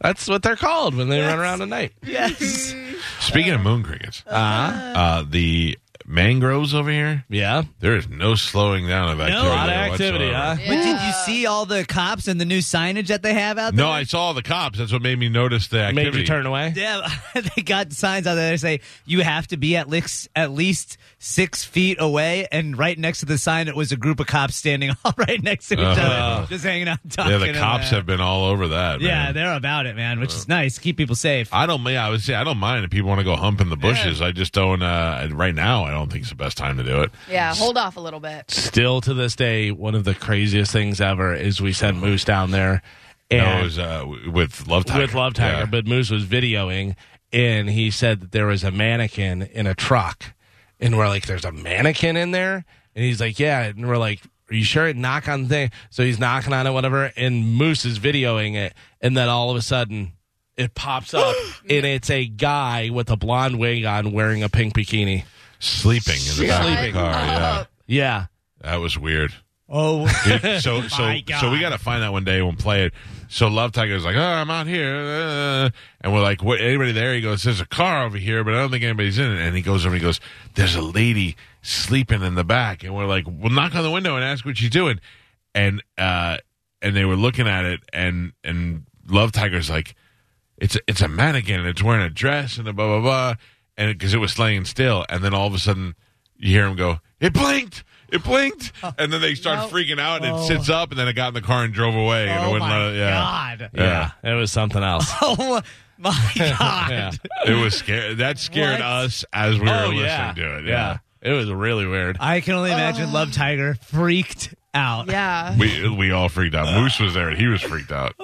Speaker 2: That's what they're called when they run around at night.
Speaker 4: Yes.
Speaker 1: Speaking of moon crickets, uh,
Speaker 2: Uh-huh.
Speaker 1: the mangroves over here,
Speaker 2: Yeah.
Speaker 1: there is no slowing down of
Speaker 2: No,
Speaker 1: activity.
Speaker 2: a lot of activity,
Speaker 1: whatsoever.
Speaker 2: huh?
Speaker 4: But did you see all the cops and the new signage that they have out there?
Speaker 1: No, I saw the cops. That's what made me notice the activity.
Speaker 2: Made you turn away.
Speaker 4: Yeah, they got signs out there that say you have to be at least at least six feet away, and right next to the sign, it was a group of cops standing all right next to each
Speaker 1: Uh-huh.
Speaker 4: other, just hanging out, talking.
Speaker 1: Yeah, the
Speaker 2: uh,
Speaker 1: cops have been all over that.
Speaker 4: Yeah,
Speaker 1: man.
Speaker 4: they're about it, man, which is nice. Keep people safe.
Speaker 1: I don't. Yeah, I would say I don't mind if people want to go hump in the bushes. I just don't. Uh, right now, I don't think it's the best time to do it.
Speaker 6: Yeah, hold off a little bit.
Speaker 2: Still to this day, one of the craziest things ever is we sent Moose down there. And
Speaker 1: No, it was uh, w- with love tiger.
Speaker 2: with Love Tiger,
Speaker 1: Yeah.
Speaker 2: but Moose was videoing, and he said that there was a mannequin in a truck, and we're like, "There's a mannequin in there," and he's like, "Yeah," and we're like, "Are you sure?" it Knock on the thing, so he's knocking on it, whatever, and Moose is videoing it, and then all of a sudden. It pops up, and it's a guy with a blonde wig on wearing a pink bikini.
Speaker 1: sleeping in the back of the
Speaker 6: Sleeping.
Speaker 1: car. Yeah,
Speaker 2: Yeah.
Speaker 1: that was weird.
Speaker 4: Oh,
Speaker 1: Dude, so so
Speaker 4: God.
Speaker 1: so we got to find out one day and play it. So Love Tiger's like, oh, I'm out here, uh," and we're like, what? Anybody there? He goes, there's a car over here, but I don't think anybody's in it. And he goes over and he goes, there's a lady sleeping in the back, and we're like, well, knock on the window and ask what she's doing, and uh, and they were looking at it, and and Love Tiger's like, it's a, it's a mannequin, and it's wearing a dress, and a blah blah blah, and because it was laying still, and then all of a sudden you hear him go, it blinked. It blinked, and then they start freaking out, and
Speaker 2: Oh.
Speaker 1: it sits up, and then it got in the car and drove away. and it
Speaker 4: oh
Speaker 1: wouldn't
Speaker 4: my
Speaker 1: let it, yeah.
Speaker 4: god!
Speaker 2: Yeah. It was something else.
Speaker 4: Oh my god!
Speaker 2: Yeah.
Speaker 1: It was scary. That scared
Speaker 4: What?
Speaker 1: us as we
Speaker 2: Oh,
Speaker 1: were listening
Speaker 2: yeah.
Speaker 1: to it.
Speaker 2: yeah.
Speaker 1: Yeah,
Speaker 2: It was really weird.
Speaker 4: I can only imagine
Speaker 1: Oh.
Speaker 4: Love Tiger freaked out.
Speaker 6: Yeah.
Speaker 1: we we all freaked out. Moose was there, and he was freaked out.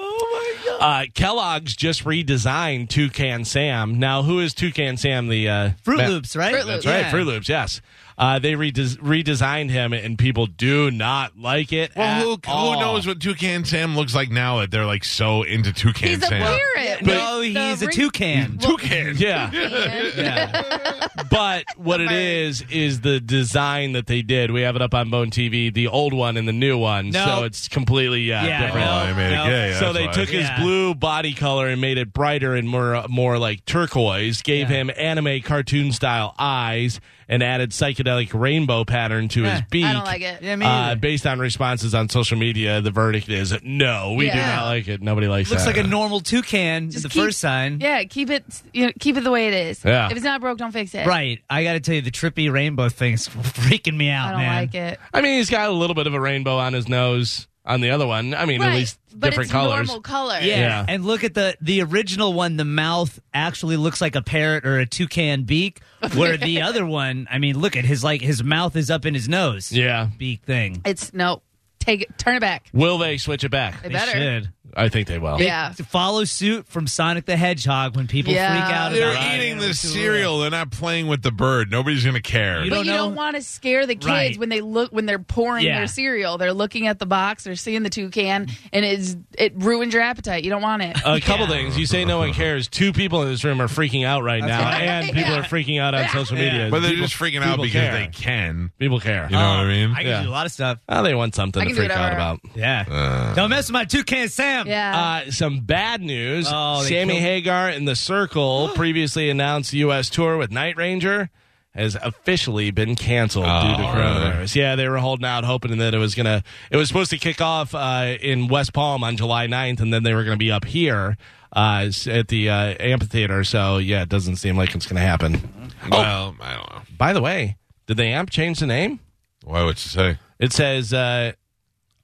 Speaker 2: Uh, Kellogg's just redesigned Toucan Sam. Now, who is Toucan Sam? The uh,
Speaker 4: Fruit
Speaker 2: ma-
Speaker 4: Loops, right?
Speaker 6: Fruit
Speaker 2: That's
Speaker 6: Loops.
Speaker 2: right,
Speaker 4: Yeah.
Speaker 2: Fruit Loops. Yes, uh, they redes redesigned him, and people do not like it.
Speaker 1: Well,
Speaker 2: at
Speaker 1: who, who
Speaker 2: all.
Speaker 1: knows what Toucan Sam looks like now that they're like so into Toucan
Speaker 6: He's a
Speaker 1: Sam?
Speaker 6: parrot.
Speaker 4: No,
Speaker 6: The
Speaker 4: oh, he's a
Speaker 6: ring-
Speaker 4: toucan.
Speaker 1: Toucan.
Speaker 2: Yeah,
Speaker 6: Man.
Speaker 2: yeah. but what it is is the design that they did. We have it up on Bone TV, the old one and the new one.
Speaker 4: No.
Speaker 2: So it's completely uh,
Speaker 4: Yeah,
Speaker 2: different.
Speaker 1: Oh,
Speaker 4: No,
Speaker 1: I made
Speaker 4: no.
Speaker 1: it gay.
Speaker 2: so they
Speaker 1: that's why.
Speaker 2: took his
Speaker 4: Yeah.
Speaker 2: blue body color and made it brighter and more uh, more like turquoise gave
Speaker 4: Yeah.
Speaker 2: him anime cartoon style eyes and added psychedelic rainbow pattern to his
Speaker 4: Yeah.
Speaker 2: beak
Speaker 6: I don't like it.
Speaker 4: Yeah, me
Speaker 2: uh,
Speaker 4: either.
Speaker 2: based on responses on social media the verdict is no we do
Speaker 6: Yeah.
Speaker 2: not like it nobody likes
Speaker 4: Looks
Speaker 2: that
Speaker 4: like a normal toucan. Just the
Speaker 6: keep-
Speaker 4: first sign.
Speaker 6: Yeah, keep it you know, keep it the way it is.
Speaker 2: Yeah.
Speaker 6: If it's not broke, don't fix it.
Speaker 4: Right. I got to tell you, the trippy rainbow thing's freaking me out,
Speaker 6: I don't
Speaker 4: Oh, man.
Speaker 6: like it.
Speaker 2: i mean he's got a little bit of a rainbow on his nose on the other one i mean
Speaker 6: right.
Speaker 2: at least
Speaker 6: but
Speaker 2: different
Speaker 6: it's
Speaker 2: colors
Speaker 6: normal color.
Speaker 4: Yeah.
Speaker 2: Yeah.
Speaker 4: And look at the the original one. The mouth actually looks like a parrot or a toucan beak, where the other one, I mean, look at his like his mouth is up in his nose.
Speaker 2: yeah
Speaker 4: Beak thing.
Speaker 6: It's no. Take it turn it back.
Speaker 2: will they switch it back
Speaker 6: They better.
Speaker 4: Should.
Speaker 2: i think they will
Speaker 6: Yeah.
Speaker 4: To follow suit from Sonic the Hedgehog when people
Speaker 6: Yeah.
Speaker 4: freak out.
Speaker 1: They're
Speaker 4: about
Speaker 1: eating
Speaker 4: animals
Speaker 1: this
Speaker 4: too.
Speaker 1: cereal. They're not playing with the bird. Nobody's going to care.
Speaker 4: You
Speaker 6: but
Speaker 4: don't
Speaker 6: you
Speaker 4: know-
Speaker 6: don't want to scare the kids
Speaker 4: Right.
Speaker 6: when they look when they're pouring
Speaker 4: Yeah.
Speaker 6: their cereal. They're looking at the box, they're seeing the toucan, and it's it ruins your appetite. You don't want it.
Speaker 4: Um,
Speaker 2: A couple things. You say no one cares. Two people in this room are freaking out right
Speaker 4: Oh,
Speaker 2: now,
Speaker 6: right.
Speaker 2: and people
Speaker 6: Yeah.
Speaker 2: are freaking out on social media.
Speaker 1: but they're
Speaker 2: People-
Speaker 1: just freaking out
Speaker 2: people
Speaker 1: because
Speaker 2: care. Uh,
Speaker 1: they can.
Speaker 2: People care.
Speaker 1: You know what I mean?
Speaker 4: I can
Speaker 2: Yeah.
Speaker 4: do a lot of stuff.
Speaker 2: Oh, they want something
Speaker 6: I
Speaker 2: to
Speaker 6: can do
Speaker 2: freak out
Speaker 6: whatever.
Speaker 2: about.
Speaker 4: Yeah.
Speaker 1: Uh,
Speaker 4: Don't mess with my toucan Sam.
Speaker 6: yeah.
Speaker 2: Uh, some bad news.
Speaker 4: Oh, they
Speaker 2: Sammy
Speaker 4: killed-
Speaker 2: Hagar and The Circle previously announced U.S. tour with Night Ranger. has officially been canceled due to
Speaker 1: Oh, really?
Speaker 2: coronavirus. Yeah, they were holding out, hoping that it was gonna. It was supposed to kick off uh, in West Palm on July 9th, and then they were gonna be up here uh, s- at the uh, amphitheater. So yeah, it doesn't seem like it's gonna happen.
Speaker 1: Well, I don't know.
Speaker 2: By the way, did the amp change the name?
Speaker 1: Why would you say?
Speaker 2: It says, uh,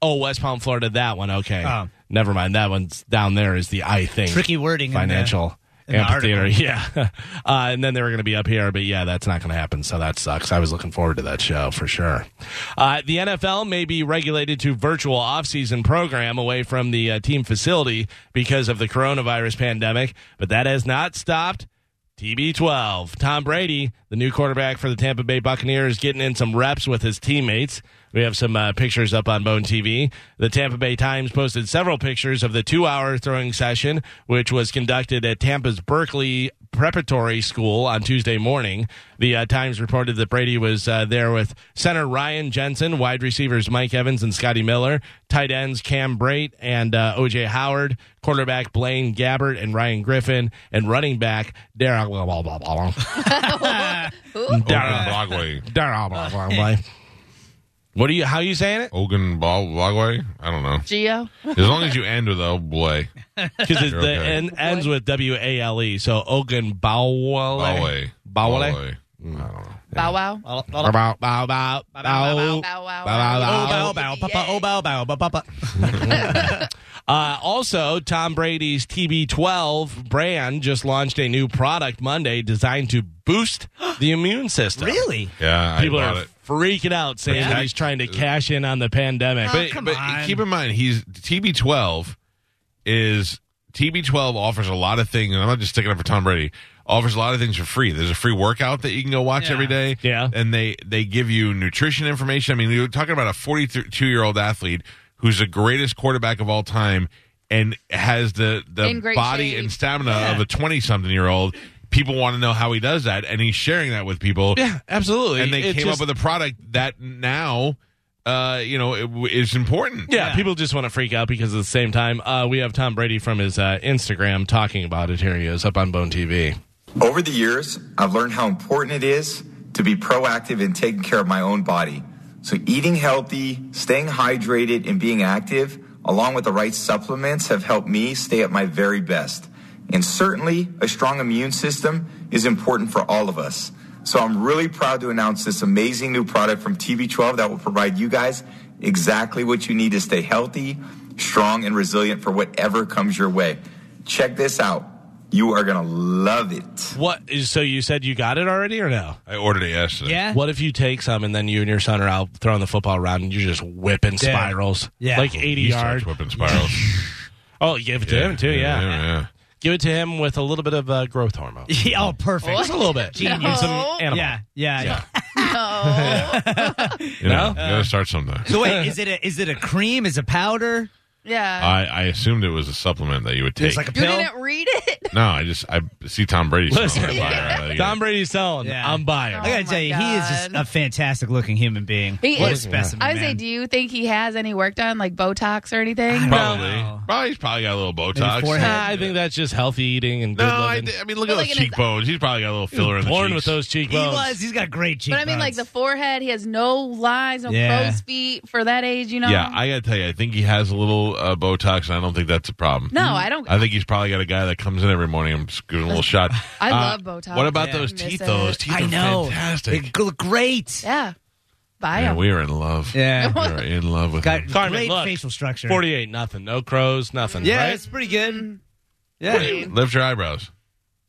Speaker 2: "Oh, West Palm, Florida." That one, okay.
Speaker 4: Oh.
Speaker 2: Never mind. That one's down there. Is the I think
Speaker 4: Tricky wording. in there.
Speaker 2: financial
Speaker 4: in the
Speaker 2: amphitheater? yeah. uh, and then they were going to be up here, but yeah, that's not going to happen. So that sucks. I was looking forward to that show for sure. Uh, the NFL may be regulated to virtual offseason program away from the uh, team facility because of the coronavirus pandemic, but that has not stopped. TB12. Tom Brady, the new quarterback for the Tampa Bay Buccaneers, getting in some reps with his teammates. We have some uh, pictures up on Bone TV. The Tampa Bay Times posted several pictures of the two hour throwing session, which was conducted at Tampa's Berkeley Preparatory School on Tuesday morning. The uh, Times reported that Brady was uh, there with center Ryan Jensen, wide receivers Mike Evans and Scotty Miller, tight ends Cam Brate and uh, OJ Howard, quarterback Blaine Gabbert and Ryan Griffin, and running back Darrell blah blah blah blah.
Speaker 1: Ogun Broadway.
Speaker 2: Darrell blah blah blah. What are you? How are you saying it?
Speaker 1: Ogun Broadway? I don't know.
Speaker 6: Geo.
Speaker 1: As long as you end with Oblay.
Speaker 2: Because
Speaker 1: You're
Speaker 2: the
Speaker 1: okay.
Speaker 2: end ends with W A L E. So Ogun Bowale.
Speaker 1: Bowley.
Speaker 2: Bowale.
Speaker 6: Bow wow.
Speaker 4: Bow,
Speaker 2: Bow
Speaker 4: bow,
Speaker 2: bow bow bow
Speaker 6: Bow
Speaker 2: bow
Speaker 6: wow wow.
Speaker 2: bow.
Speaker 4: bow, bow, bow, bow, oh, bow, bow, bow, bow, bow.
Speaker 2: Uh, also, Tom Brady's TB12 brand just launched a new product Monday designed to boost the immune system. Uh,
Speaker 4: Really?
Speaker 1: Yeah, I
Speaker 2: People
Speaker 1: bought
Speaker 2: are
Speaker 1: it.
Speaker 2: freaking out saying that he's trying to cash in on the pandemic.
Speaker 4: Oh, come
Speaker 1: but
Speaker 4: on.
Speaker 1: keep in mind, he's TB12 is TB12 offers a lot of things. And I'm not just sticking up for Tom Brady. Offers a lot of things for free. There's a free workout that you can go watch every day.
Speaker 2: Yeah.
Speaker 1: and they they give you nutrition information. I mean, you're talking about a 42 year old athlete who's the greatest quarterback of all time and has the the
Speaker 6: In great
Speaker 1: body
Speaker 6: shape.
Speaker 1: and stamina of a 20 something year old. People want to know how he does that, and he's sharing that with people
Speaker 2: yeah, absolutely.
Speaker 1: and they
Speaker 2: It
Speaker 1: came
Speaker 2: just-
Speaker 1: up with a product that now, uh, you know, it w- is important.
Speaker 2: Yeah, people just want to freak out because at the same time, uh, we have Tom Brady from his uh, Instagram talking about it. Here he is up on Bone TV.
Speaker 8: Over the years, I've learned how important it is to be proactive in taking care of my own body. So, eating healthy, staying hydrated, and being active, along with the right supplements, have helped me stay at my very best. And certainly, a strong immune system is important for all of us. So, I'm really proud to announce this amazing new product from TB12 that will provide you guys exactly what you need to stay healthy, strong, and resilient for whatever comes your way. Check this out. You are going to love it.
Speaker 2: What is so you said you got it already or no?
Speaker 1: I ordered it yesterday.
Speaker 4: Yeah.
Speaker 2: What if you take some and then you and your son are out throwing the football around and you're just whipping spirals?
Speaker 4: Yeah.
Speaker 2: Like 80
Speaker 1: He starts
Speaker 2: yards.
Speaker 1: whipping spirals.
Speaker 2: Oh, you give it to him too, yeah.
Speaker 1: yeah.
Speaker 2: Give it to him with a little bit of uh, growth hormone.
Speaker 4: Yeah, oh, perfect.
Speaker 2: Just a little bit.
Speaker 4: Genius.
Speaker 2: Some
Speaker 6: No.
Speaker 2: animal.
Speaker 4: Yeah, yeah. yeah.
Speaker 1: You know, you gotta start something.
Speaker 4: So wait, is it a is it a cream? Is it powder? Uh,
Speaker 6: Yeah.
Speaker 1: I, I assumed it was a supplement that you would take.
Speaker 4: It's like a
Speaker 6: You
Speaker 4: pill.
Speaker 6: didn't read it.
Speaker 1: no, I just I see Tom Brady.
Speaker 2: Listen,
Speaker 1: smiling. I like it.
Speaker 2: Tom Brady's selling.
Speaker 4: Yeah.
Speaker 2: I'm buying.
Speaker 4: I gotta
Speaker 6: Oh my
Speaker 4: tell you, he is just
Speaker 6: God.
Speaker 4: a fantastic looking human being.
Speaker 6: He
Speaker 4: what
Speaker 6: is.
Speaker 4: a specimen.
Speaker 6: I would say,
Speaker 4: man.
Speaker 6: do you think he has any work done, like Botox or anything?
Speaker 1: probably,
Speaker 4: No.
Speaker 1: probably, he's probably got a little Botox.
Speaker 4: forehead.
Speaker 2: Nah, I think that's just healthy eating and good
Speaker 1: No, I,
Speaker 2: living.
Speaker 1: I mean, look
Speaker 6: But
Speaker 1: at
Speaker 6: like
Speaker 1: those
Speaker 6: in his-
Speaker 1: cheekbones. He's probably got a little filler in the
Speaker 2: Born
Speaker 1: cheeks.
Speaker 2: with those
Speaker 4: He
Speaker 2: cheekbones.
Speaker 4: was. He's got great cheekbones.
Speaker 6: But I mean, like the forehead, he has no lines, no
Speaker 4: Yeah.
Speaker 6: crow's feet for that age, you know?
Speaker 1: Yeah, I gotta tell you, I think he has a little uh, Botox, and I don't think that's a problem.
Speaker 6: No, I don't-
Speaker 1: Mm-hmm. I think he's probably got a guy that comes in every morning. I'm just giving him a little shot.
Speaker 6: I
Speaker 1: Uh,
Speaker 6: love Botox.
Speaker 1: What about
Speaker 6: Yeah.
Speaker 1: those
Speaker 6: Miss
Speaker 1: teeth?
Speaker 6: it.
Speaker 1: Though? Those teeth
Speaker 4: I
Speaker 1: are
Speaker 4: know.
Speaker 1: fantastic.
Speaker 4: They look great.
Speaker 6: yeah. Bye.
Speaker 1: Man, we are in love.
Speaker 4: Yeah.
Speaker 1: we are in love with
Speaker 4: Got
Speaker 1: him.
Speaker 2: Carmen,
Speaker 4: great
Speaker 2: look.
Speaker 4: facial structure.
Speaker 2: 48, nothing. No crows, nothing.
Speaker 4: Yeah,
Speaker 2: right?
Speaker 4: it's pretty good.
Speaker 1: What do
Speaker 4: Yeah,
Speaker 1: you- Lift your eyebrows.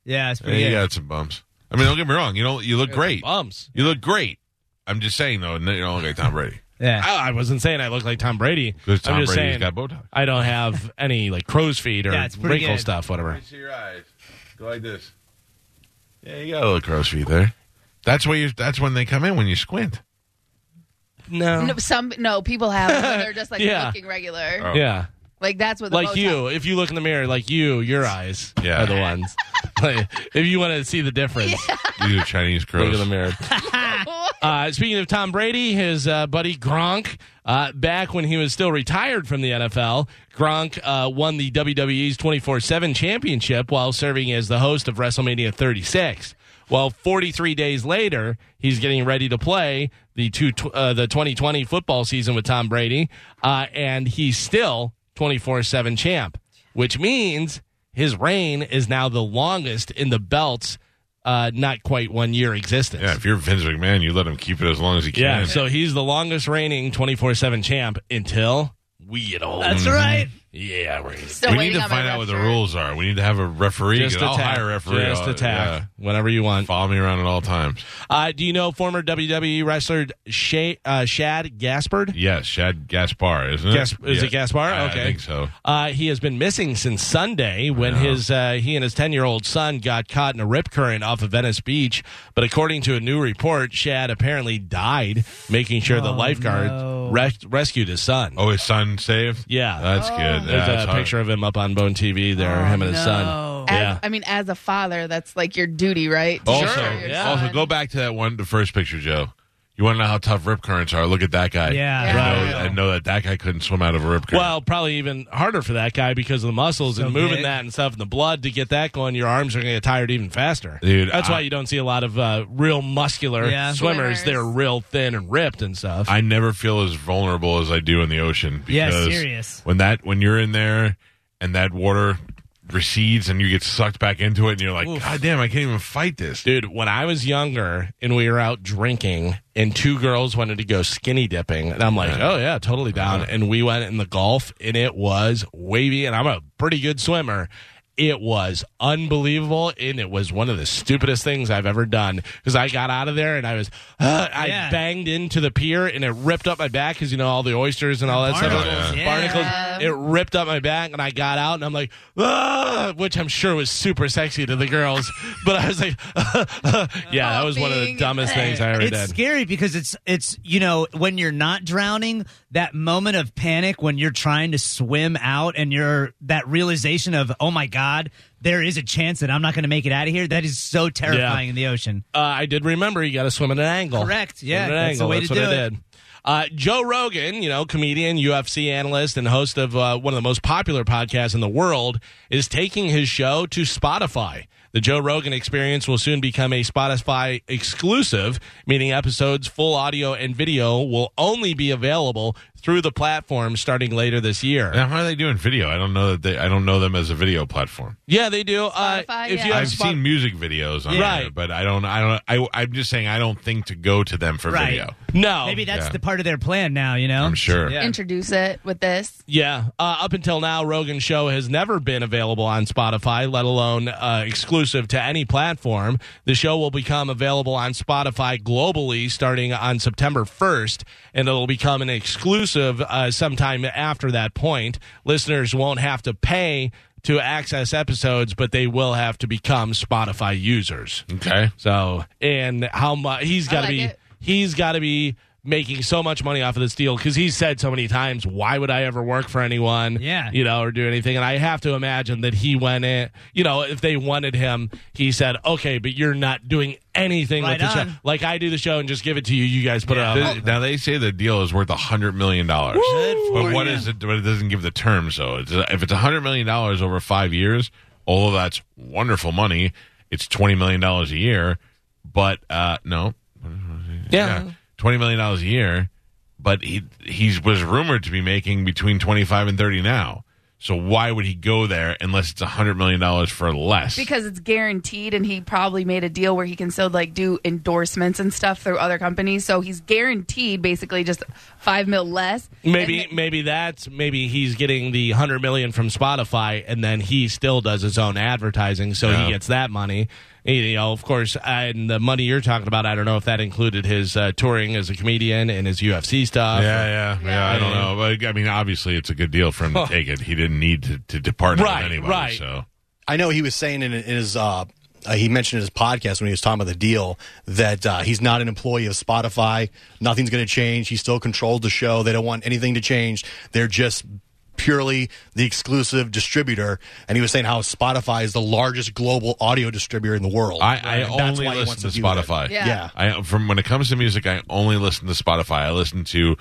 Speaker 4: yeah, it's
Speaker 1: Yeah,
Speaker 4: pretty
Speaker 1: you
Speaker 4: good.
Speaker 1: got some bumps. I mean, don't get me wrong. You know, you look great.
Speaker 2: Bums.
Speaker 1: You look great. I'm just saying though, no, you don't look like Tom Brady
Speaker 4: Yeah,
Speaker 2: I, I wasn't saying I look like Tom Brady.
Speaker 1: because Tom
Speaker 2: I'm just
Speaker 1: Brady's
Speaker 2: saying
Speaker 1: got Botox.
Speaker 2: I don't have any like crow's feet or
Speaker 4: Yeah, it's pretty
Speaker 2: wrinkle
Speaker 4: good.
Speaker 2: stuff, whatever.
Speaker 1: see your eyes. Go like this. Yeah, you got a little crow's feet there. That's where you. That's when they come in when you squint.
Speaker 2: No.
Speaker 6: No, some no people have. them, but They're just like
Speaker 2: Yeah.
Speaker 6: looking regular.
Speaker 1: Oh.
Speaker 2: Yeah.
Speaker 6: Like that's what the
Speaker 2: Like
Speaker 6: Botox-
Speaker 2: you, if you look in the mirror, like you, your eyes
Speaker 1: Yeah.
Speaker 2: are the ones. Like, if you want to see the difference,
Speaker 1: Oh, These are Chinese crows.
Speaker 2: look in the mirror. Uh, speaking of Tom Brady, his uh, buddy Gronk, uh, back when he was still retired from the NFL, Gronk uh, won the WWE's 24 7 championship while serving as the host of WrestleMania 36. Well, 43 days later, he's getting ready to play the two tw- uh, the 2020 football season with Tom Brady, uh, and he's still 24 seven champ, which means his reign is now the longest in the belt's uh, not quite one year existence.
Speaker 1: Yeah, if you're Vince McMahon, you let him keep it as long as he can.
Speaker 2: Yeah, so he's the longest reigning 24 7 champ until we get old.
Speaker 4: That's right.
Speaker 2: Yeah, we're gonna
Speaker 6: Still
Speaker 1: we
Speaker 6: waiting
Speaker 1: need to
Speaker 6: on my
Speaker 1: find out
Speaker 6: ref
Speaker 1: what the
Speaker 6: shirt.
Speaker 1: rules are. We need to have a referee.
Speaker 2: just
Speaker 1: and I'll
Speaker 2: attack.
Speaker 1: hire a referee.
Speaker 2: Just
Speaker 1: I'll-
Speaker 2: attack.
Speaker 1: yeah.
Speaker 2: Whenever Uh, you want.
Speaker 1: Follow me around at all times.
Speaker 2: Uh, do you know former WWE wrestler Shay, uh, Shad Gaspard?
Speaker 1: Yes, Shad Gaspar, isn't it?
Speaker 2: Gas- is
Speaker 1: Yeah.
Speaker 2: it Gaspar?
Speaker 1: I-
Speaker 2: Okay.
Speaker 1: I think so.
Speaker 2: Uh, he has been missing since Sunday when his uh, he and his ten year old son got caught in a rip current off of Venice Beach. But according to a new report, Shad apparently died making sure the lifeguards res- rescued his son.
Speaker 1: Oh, his son saved?
Speaker 2: Yeah.
Speaker 1: That's good.
Speaker 2: There's
Speaker 1: That's
Speaker 2: a
Speaker 1: hard.
Speaker 2: picture of him up on Bone TV there, him and his
Speaker 4: Oh,
Speaker 2: son.
Speaker 6: As,
Speaker 2: Yeah.
Speaker 6: I mean, as a father, that's like your duty, right? To
Speaker 1: Also,
Speaker 6: show your
Speaker 2: yeah.
Speaker 6: son.
Speaker 1: also go back to that one, the first picture, Joe. You want to know how tough rip currents are? Look at that guy.
Speaker 4: Yeah.
Speaker 1: And
Speaker 6: Yeah.
Speaker 1: know, and know that that guy couldn't swim out of a rip current.
Speaker 2: Well, probably even harder for that guy because of the muscles and moving
Speaker 4: big.
Speaker 2: that and stuff and the blood to get that going. Your arms are going to get tired even faster.
Speaker 1: Dude,
Speaker 2: That's
Speaker 1: I-
Speaker 2: why you don't see a lot of uh, real muscular
Speaker 4: Yeah.
Speaker 2: swimmers.
Speaker 6: Swimmers.
Speaker 2: They're real thin and ripped and stuff.
Speaker 1: I never feel as vulnerable as I do in the ocean.
Speaker 4: Yeah,
Speaker 1: Because
Speaker 4: serious.
Speaker 1: When that when you're in there and that water recedes and you get sucked back into it and you're like, God damn, I can't even fight this.
Speaker 2: Dude, when I was younger and we were out drinking and two girls wanted to go skinny dipping, and I'm like, oh, yeah, totally down. And we went in the Gulf and it was wavy, and I'm a pretty good swimmer. It was unbelievable, and it was one of the stupidest things I've ever done because I got out of there and I was, uh, I
Speaker 4: Yeah.
Speaker 2: banged into the pier and it ripped up my back because, you know, all the oysters and all that stuff.
Speaker 4: barnacles, yeah.
Speaker 2: Barnacles. It ripped up my back and I got out and I'm like, ah, which I'm sure was super sexy to the girls, but I was like, "Ah, yeah, that was one of the
Speaker 6: Being
Speaker 2: dumbest things I ever
Speaker 4: It's
Speaker 2: did.
Speaker 4: scary because it's it's you know when you're not drowning, that moment of panic when you're trying to swim out and you're that realization of oh my god, there is a chance that I'm not going to make it out of here. That is so terrifying in the ocean.
Speaker 2: Uh, I did remember you got to swim at an angle.
Speaker 4: Correct. Yeah,
Speaker 2: Swim at an
Speaker 4: that's the
Speaker 2: angle.
Speaker 4: way
Speaker 2: That's
Speaker 4: to
Speaker 2: what
Speaker 4: do
Speaker 2: I
Speaker 4: it.
Speaker 2: did. Uh, Joe Rogan, you know, comedian, UFC analyst, and host of uh, one of the most popular podcasts in the world, is taking his show to Spotify. The Joe Rogan Experience will soon become a Spotify exclusive, meaning episodes, full audio, and video will only be available through the platform starting later this year.
Speaker 1: Now, how are they doing video? I don't know that they. I don't know them as a video platform.
Speaker 2: Yeah, they do. Uh,
Speaker 6: Spotify,
Speaker 2: if
Speaker 6: yeah.
Speaker 2: you have
Speaker 1: I've
Speaker 2: Spot-
Speaker 1: seen music videos on
Speaker 2: Right.
Speaker 1: there, but I don't. I don't. I, I'm just saying I don't think to go to them for
Speaker 4: Right.
Speaker 1: video.
Speaker 2: no,
Speaker 4: Maybe that's
Speaker 1: Oh, yeah.
Speaker 4: the part of their plan now. You know,
Speaker 1: I'm sure.
Speaker 4: Yeah.
Speaker 6: introduce it with this.
Speaker 2: Yeah. Uh, up until now, Rogan's show has never been available on Spotify, let alone uh, exclusive to any platform. The show will become available on Spotify globally starting on September 1st, and it'll become an exclusive uh, sometime after that point. Listeners won't have to pay to access episodes, but they will have to become Spotify users.
Speaker 1: Okay.
Speaker 2: So, and how much he's got to
Speaker 6: like
Speaker 2: be,
Speaker 6: it.
Speaker 2: he's got to be making so much money off of this deal because he's said so many times, why would I ever work for anyone?
Speaker 4: Yeah.
Speaker 2: You know, or do anything. And I have to imagine that he went in, you know, if they wanted him, he said, okay, but you're not doing anything
Speaker 4: Right
Speaker 2: with the show.
Speaker 4: on.
Speaker 2: Like I do the show and just give it to you. You guys put it
Speaker 1: Th-
Speaker 2: out.
Speaker 1: now they say the deal is worth a hundred million dollars. But what is it? But it doesn't give the terms though. It's, if it's a hundred million dollars over five years, although that's wonderful money, it's twenty million dollars a year. But uh, no,
Speaker 2: Yeah.
Speaker 1: twenty million dollars a year. But he he was rumored to be making between twenty five and thirty now. So why would he go there unless it's a hundred million dollars for less?
Speaker 6: Because it's guaranteed, and he probably made a deal where he can still like do endorsements and stuff through other companies. So he's guaranteed basically just five mil less.
Speaker 2: Maybe maybe that's maybe he's getting the hundred million from Spotify, and then he still does his own advertising, so
Speaker 1: Yeah.
Speaker 2: he gets that money. You know, of course, and the money you're talking about, I don't know if that included his uh, touring as a comedian and his UFC stuff.
Speaker 1: yeah, yeah, yeah. I don't know, but I mean, obviously, it's a good deal for him to take it. He didn't need to, to depart with
Speaker 2: Right,
Speaker 1: anybody.
Speaker 2: right.
Speaker 1: So
Speaker 5: I know he was saying in, in his uh, uh, he mentioned in his podcast when he was talking about the deal that uh, he's not an employee of Spotify. Nothing's going to change. He still controls the show. They don't want anything to change. They're just purely the exclusive distributor. And he was saying how Spotify is the largest global audio distributor in the world.
Speaker 1: I, I
Speaker 5: Right. And that's
Speaker 1: only
Speaker 5: why he
Speaker 1: listen
Speaker 5: wants
Speaker 1: to
Speaker 5: do that.
Speaker 1: Spotify.
Speaker 6: Yeah.
Speaker 5: Yeah.
Speaker 1: I from when it comes to music, I only listen to Spotify. I listen to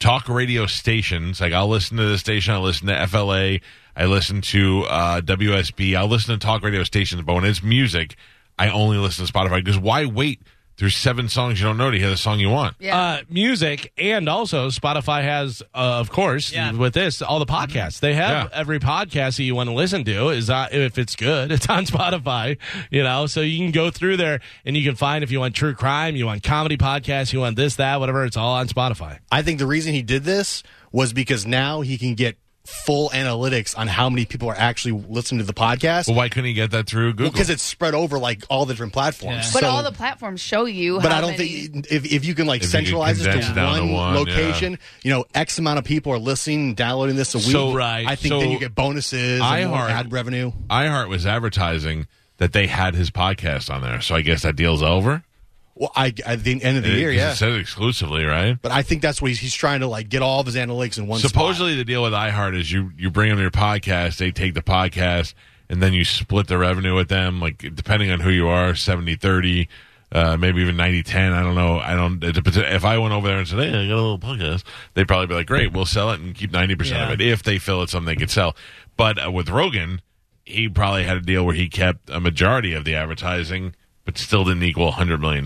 Speaker 1: talk radio stations. Like I'll listen to the station. I listen to FLA. I listen to uh, WSB. I'll listen to talk radio stations. But when it's music, I only listen to Spotify because why wait through seven songs you don't know to hear the song you want?
Speaker 6: Yeah.
Speaker 2: uh, music, and also Spotify has, uh, of course,
Speaker 4: Yeah.
Speaker 2: with this all the podcasts. They have
Speaker 1: Yeah.
Speaker 2: every podcast that you want to listen to is on, if it's good, it's on Spotify. You know, so you can go through there and you can find if you want true crime, you want comedy podcasts, you want this, that, whatever. It's all on Spotify.
Speaker 5: I think the reason he did this was because now he can get full analytics on how many people are actually listening to the podcast
Speaker 1: Well, why couldn't he get that through Google?
Speaker 5: because it's spread over like all the different platforms.
Speaker 4: Yeah.
Speaker 6: but
Speaker 5: So-
Speaker 6: all the platforms show you.
Speaker 5: But
Speaker 6: how
Speaker 5: I don't
Speaker 6: many-
Speaker 5: think if, if you can like
Speaker 1: If you could
Speaker 5: centralize this
Speaker 1: condense
Speaker 5: to
Speaker 1: it down
Speaker 5: one,
Speaker 1: to one, yeah.
Speaker 5: location, you know, X amount of people are listening, downloading this a week.
Speaker 1: So-
Speaker 2: Right.
Speaker 5: I think
Speaker 1: so
Speaker 5: then you get bonuses, and more
Speaker 1: iHeart-
Speaker 5: ad revenue.
Speaker 1: iHeart was advertising that they had his podcast on there, so I guess that deal's over.
Speaker 5: Well, I at the end of the
Speaker 1: It-
Speaker 5: year,
Speaker 1: 'cause
Speaker 5: yeah.
Speaker 1: It says exclusively, right?
Speaker 5: But I think that's what he's, he's trying to like get all of his analytics in one. spot.
Speaker 1: Supposedly, the deal with iHeart is you you bring them your podcast, they take the podcast, and then you split the revenue with them, like depending on who you are, 70 30, uh, maybe even 90 10. I don't know. I don't. It, depends. if I went over there and said, hey, I got a little podcast, they'd probably be like, great, we'll sell it and keep 90% of it if they feel it's something they could sell. But uh, with Rogan, he probably had a deal where he kept a majority of the advertising, but still didn't equal $100 million.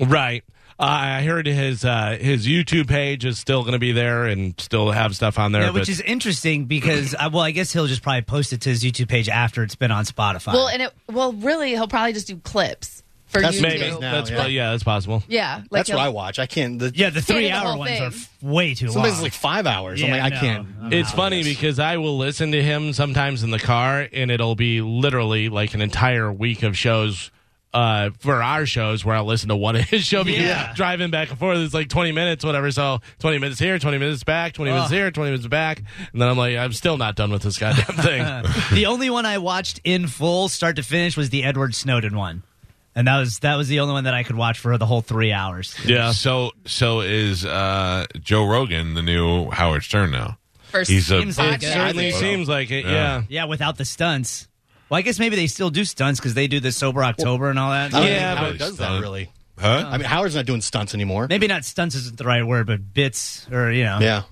Speaker 2: Right. Uh, I heard his uh, his YouTube page is still going to be there and still have stuff on there.
Speaker 4: Yeah, which
Speaker 2: but-
Speaker 4: is interesting because uh, well, I guess he'll just probably post it to his YouTube page after it's been on Spotify.
Speaker 6: Well, and it well, really, he'll probably just do clips for
Speaker 5: That's
Speaker 6: YouTube.
Speaker 5: maybe.
Speaker 2: maybe
Speaker 5: now,
Speaker 2: that's
Speaker 5: yeah.
Speaker 2: yeah. yeah that's possible.
Speaker 6: Yeah, like
Speaker 5: that's what
Speaker 6: he'll-
Speaker 5: I watch. I can't. The,
Speaker 4: yeah, the
Speaker 6: do the
Speaker 4: three-hour
Speaker 6: whole
Speaker 4: ones
Speaker 6: thing.
Speaker 4: are f- way too
Speaker 5: sometimes it's
Speaker 4: long.
Speaker 5: like five hours. I'm
Speaker 4: Yeah,
Speaker 5: like, I
Speaker 4: no.
Speaker 5: can't.
Speaker 4: I'm
Speaker 2: It's
Speaker 4: out.
Speaker 2: funny because I will listen to him sometimes in the car, and it'll be literally like an entire week of shows uh, for our shows where I'll listen to one of his shows.
Speaker 4: Yeah.
Speaker 2: Driving back and forth, it's like 20 minutes, whatever. So 20 minutes here, 20 minutes back, 20 minutes
Speaker 4: Ugh.
Speaker 2: here, 20 minutes back. And then I'm like, I'm still not done with this goddamn thing.
Speaker 4: the only one I watched in full, start to finish, was the Edward Snowden one, and that was that was the only one that I could watch for the whole three hours.
Speaker 2: yeah.
Speaker 1: So so is uh, Joe Rogan the new Howard Stern now?
Speaker 6: for
Speaker 1: He's a-
Speaker 6: seems like
Speaker 4: It
Speaker 6: it.
Speaker 2: Certainly
Speaker 1: so.
Speaker 2: seems like it.
Speaker 1: Yeah.
Speaker 2: Yeah.
Speaker 4: Yeah, without the stunts. Well, I guess maybe they still do stunts because they do the sober October and all that.
Speaker 5: I don't
Speaker 2: Yeah,
Speaker 5: think Howard
Speaker 1: but- uh,
Speaker 5: does that really.
Speaker 1: Huh?
Speaker 5: I mean, Howard's not doing stunts anymore.
Speaker 4: Maybe not stunts isn't the right word, but bits or you know.
Speaker 5: Yeah.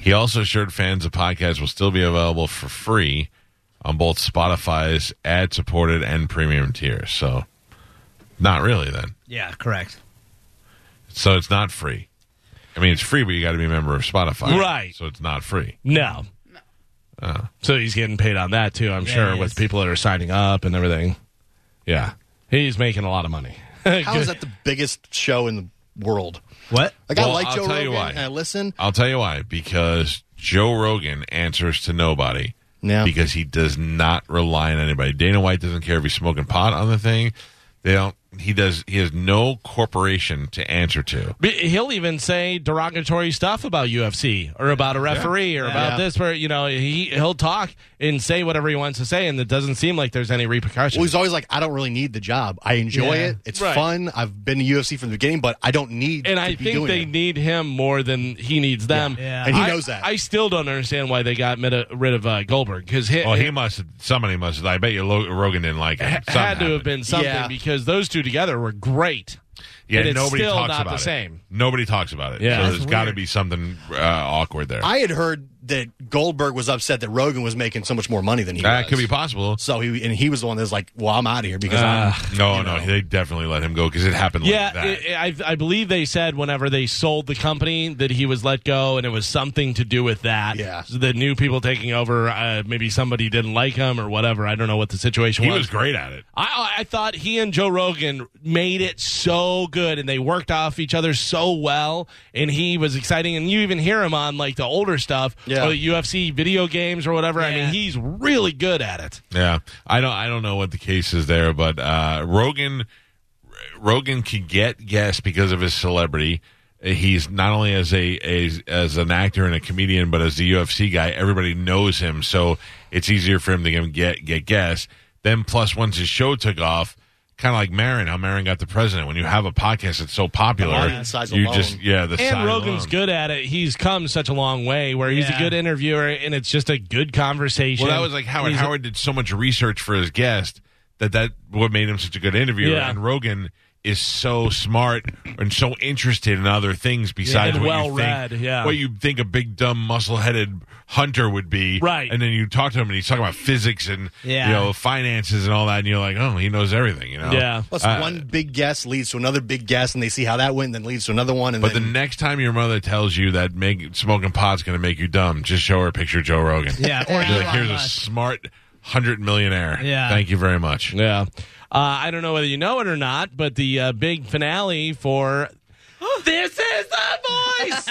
Speaker 1: He also assured fans the podcast will still be available for free on both Spotify's ad supported and premium tiers. So not really then.
Speaker 4: Yeah, correct.
Speaker 1: So it's not free. I mean it's free but you gotta be a member of Spotify.
Speaker 2: Right.
Speaker 1: So it's not free.
Speaker 2: No. So he's getting paid on that too, I'm
Speaker 4: Yeah,
Speaker 2: sure,
Speaker 4: he
Speaker 2: with
Speaker 4: is.
Speaker 2: people that are signing up and everything. Yeah. He's making a lot of money.
Speaker 5: How is that the biggest show in the world?
Speaker 4: What?
Speaker 5: Like I
Speaker 1: Well,
Speaker 5: like
Speaker 1: I'll
Speaker 5: Joe
Speaker 1: tell you
Speaker 5: Rogan
Speaker 1: why.
Speaker 5: and I listen.
Speaker 1: I'll tell you why. Because Joe Rogan answers to nobody.
Speaker 5: Yeah.
Speaker 1: Because he does not rely on anybody. Dana White doesn't care if he's smoking pot on the thing. They don't. He does. He has no corporation to answer to.
Speaker 2: But He'll even say derogatory stuff about UFC or about a referee or about
Speaker 5: Yeah.
Speaker 2: this. Where you know he he'll talk and say whatever he wants to say, and it doesn't seem like there's any
Speaker 5: Well,
Speaker 2: repercussions.
Speaker 5: he's always like, I don't really need the job. I enjoy
Speaker 4: Yeah.
Speaker 5: it. It's
Speaker 2: Right.
Speaker 5: fun. I've been to UFC from the beginning, but I don't need.
Speaker 2: and
Speaker 5: to
Speaker 2: I
Speaker 5: be
Speaker 2: think
Speaker 5: doing
Speaker 2: they
Speaker 5: it.
Speaker 2: need him more than he needs them.
Speaker 4: Yeah.
Speaker 5: And he
Speaker 2: I-
Speaker 5: knows that.
Speaker 2: I still don't understand why they got mid- rid of uh, Goldberg because
Speaker 1: Well, Oh, he must. Somebody must. I bet you Lo- Rogan didn't like it.
Speaker 2: had
Speaker 1: Something
Speaker 2: to have
Speaker 1: happened.
Speaker 2: been something
Speaker 5: Yeah.
Speaker 2: because those two together were great.
Speaker 1: Yeah,
Speaker 2: and it's
Speaker 1: nobody
Speaker 2: still
Speaker 1: talks
Speaker 2: not
Speaker 1: about
Speaker 2: the
Speaker 1: it.
Speaker 2: same.
Speaker 1: Nobody talks about it.
Speaker 2: Yeah.
Speaker 1: so
Speaker 2: That's
Speaker 1: there's got to be something uh, awkward there.
Speaker 5: I had heard that Goldberg was upset that Rogan was making so much more money than he
Speaker 1: that
Speaker 5: was.
Speaker 1: could be possible. Uh,
Speaker 5: So he and he was the one that was like, "Well, I'm out of here because I'm."
Speaker 1: No, no, they definitely let him go because it happened like
Speaker 2: Yeah,
Speaker 1: that.
Speaker 2: it, it- I, I believe they said whenever they sold the company that he was let go, and it was something to do with that.
Speaker 5: Yeah.
Speaker 2: So the new people taking over, uh, maybe somebody didn't like him or whatever. I don't know what the situation
Speaker 1: he
Speaker 2: was.
Speaker 1: was great at it.
Speaker 2: I, I thought he and Joe Rogan made it so good, and they worked off each other so well, and he was exciting. And you even hear him on like the older stuff, uh,
Speaker 5: Yeah.
Speaker 2: or the UFC video games or whatever. I mean,
Speaker 4: Yeah.
Speaker 2: he's really good at it.
Speaker 1: Yeah, I don't. I don't know what the case is there, but uh, Rogan, Rogan can get guests because of his celebrity. He's not only as a, a as an actor and a comedian, but as the UFC guy, everybody knows him, so it's easier for him to get- get get guests. Then, plus, once his show took off, kind of like Marin, how Marin got the president. When you have a podcast that's so popular,
Speaker 5: audience size
Speaker 1: you
Speaker 5: alone.
Speaker 1: just yeah, the
Speaker 2: And
Speaker 1: size
Speaker 2: Rogan's
Speaker 1: alone.
Speaker 2: good at it. He's come such a long way where he's a
Speaker 4: Yeah.
Speaker 2: good interviewer and it's just a good conversation.
Speaker 1: Well, that was like Howard.
Speaker 2: He's-
Speaker 1: Howard did so much research for his guest that that what made him such a good interviewer.
Speaker 2: Yeah.
Speaker 1: And Rogan is so smart and so interested in other things besides
Speaker 2: and
Speaker 1: what you
Speaker 2: well-read,
Speaker 1: think,
Speaker 2: yeah.
Speaker 1: what you think a big dumb muscle-headed hunter would be,
Speaker 2: Right.
Speaker 1: And then you talk to him, and he's talking about physics and
Speaker 4: Yeah.
Speaker 1: you know finances and all that, and you're like, oh, he knows everything, you know?
Speaker 2: Yeah.
Speaker 5: Plus, one big guess leads to another big guess, and they see how that went, and then leads to another one. And
Speaker 1: But the
Speaker 5: then,
Speaker 1: next time your mother tells you that make, smoking pot's going to make you dumb, just show her a picture of Joe Rogan.
Speaker 4: Yeah, or
Speaker 1: Be like,
Speaker 4: Elon
Speaker 1: here's a
Speaker 4: Musk.
Speaker 1: smart hundred millionaire.
Speaker 4: Yeah.
Speaker 1: Thank you very much.
Speaker 2: Yeah. Uh, I don't know whether you know it or not, but the uh, big finale for This Is the Voice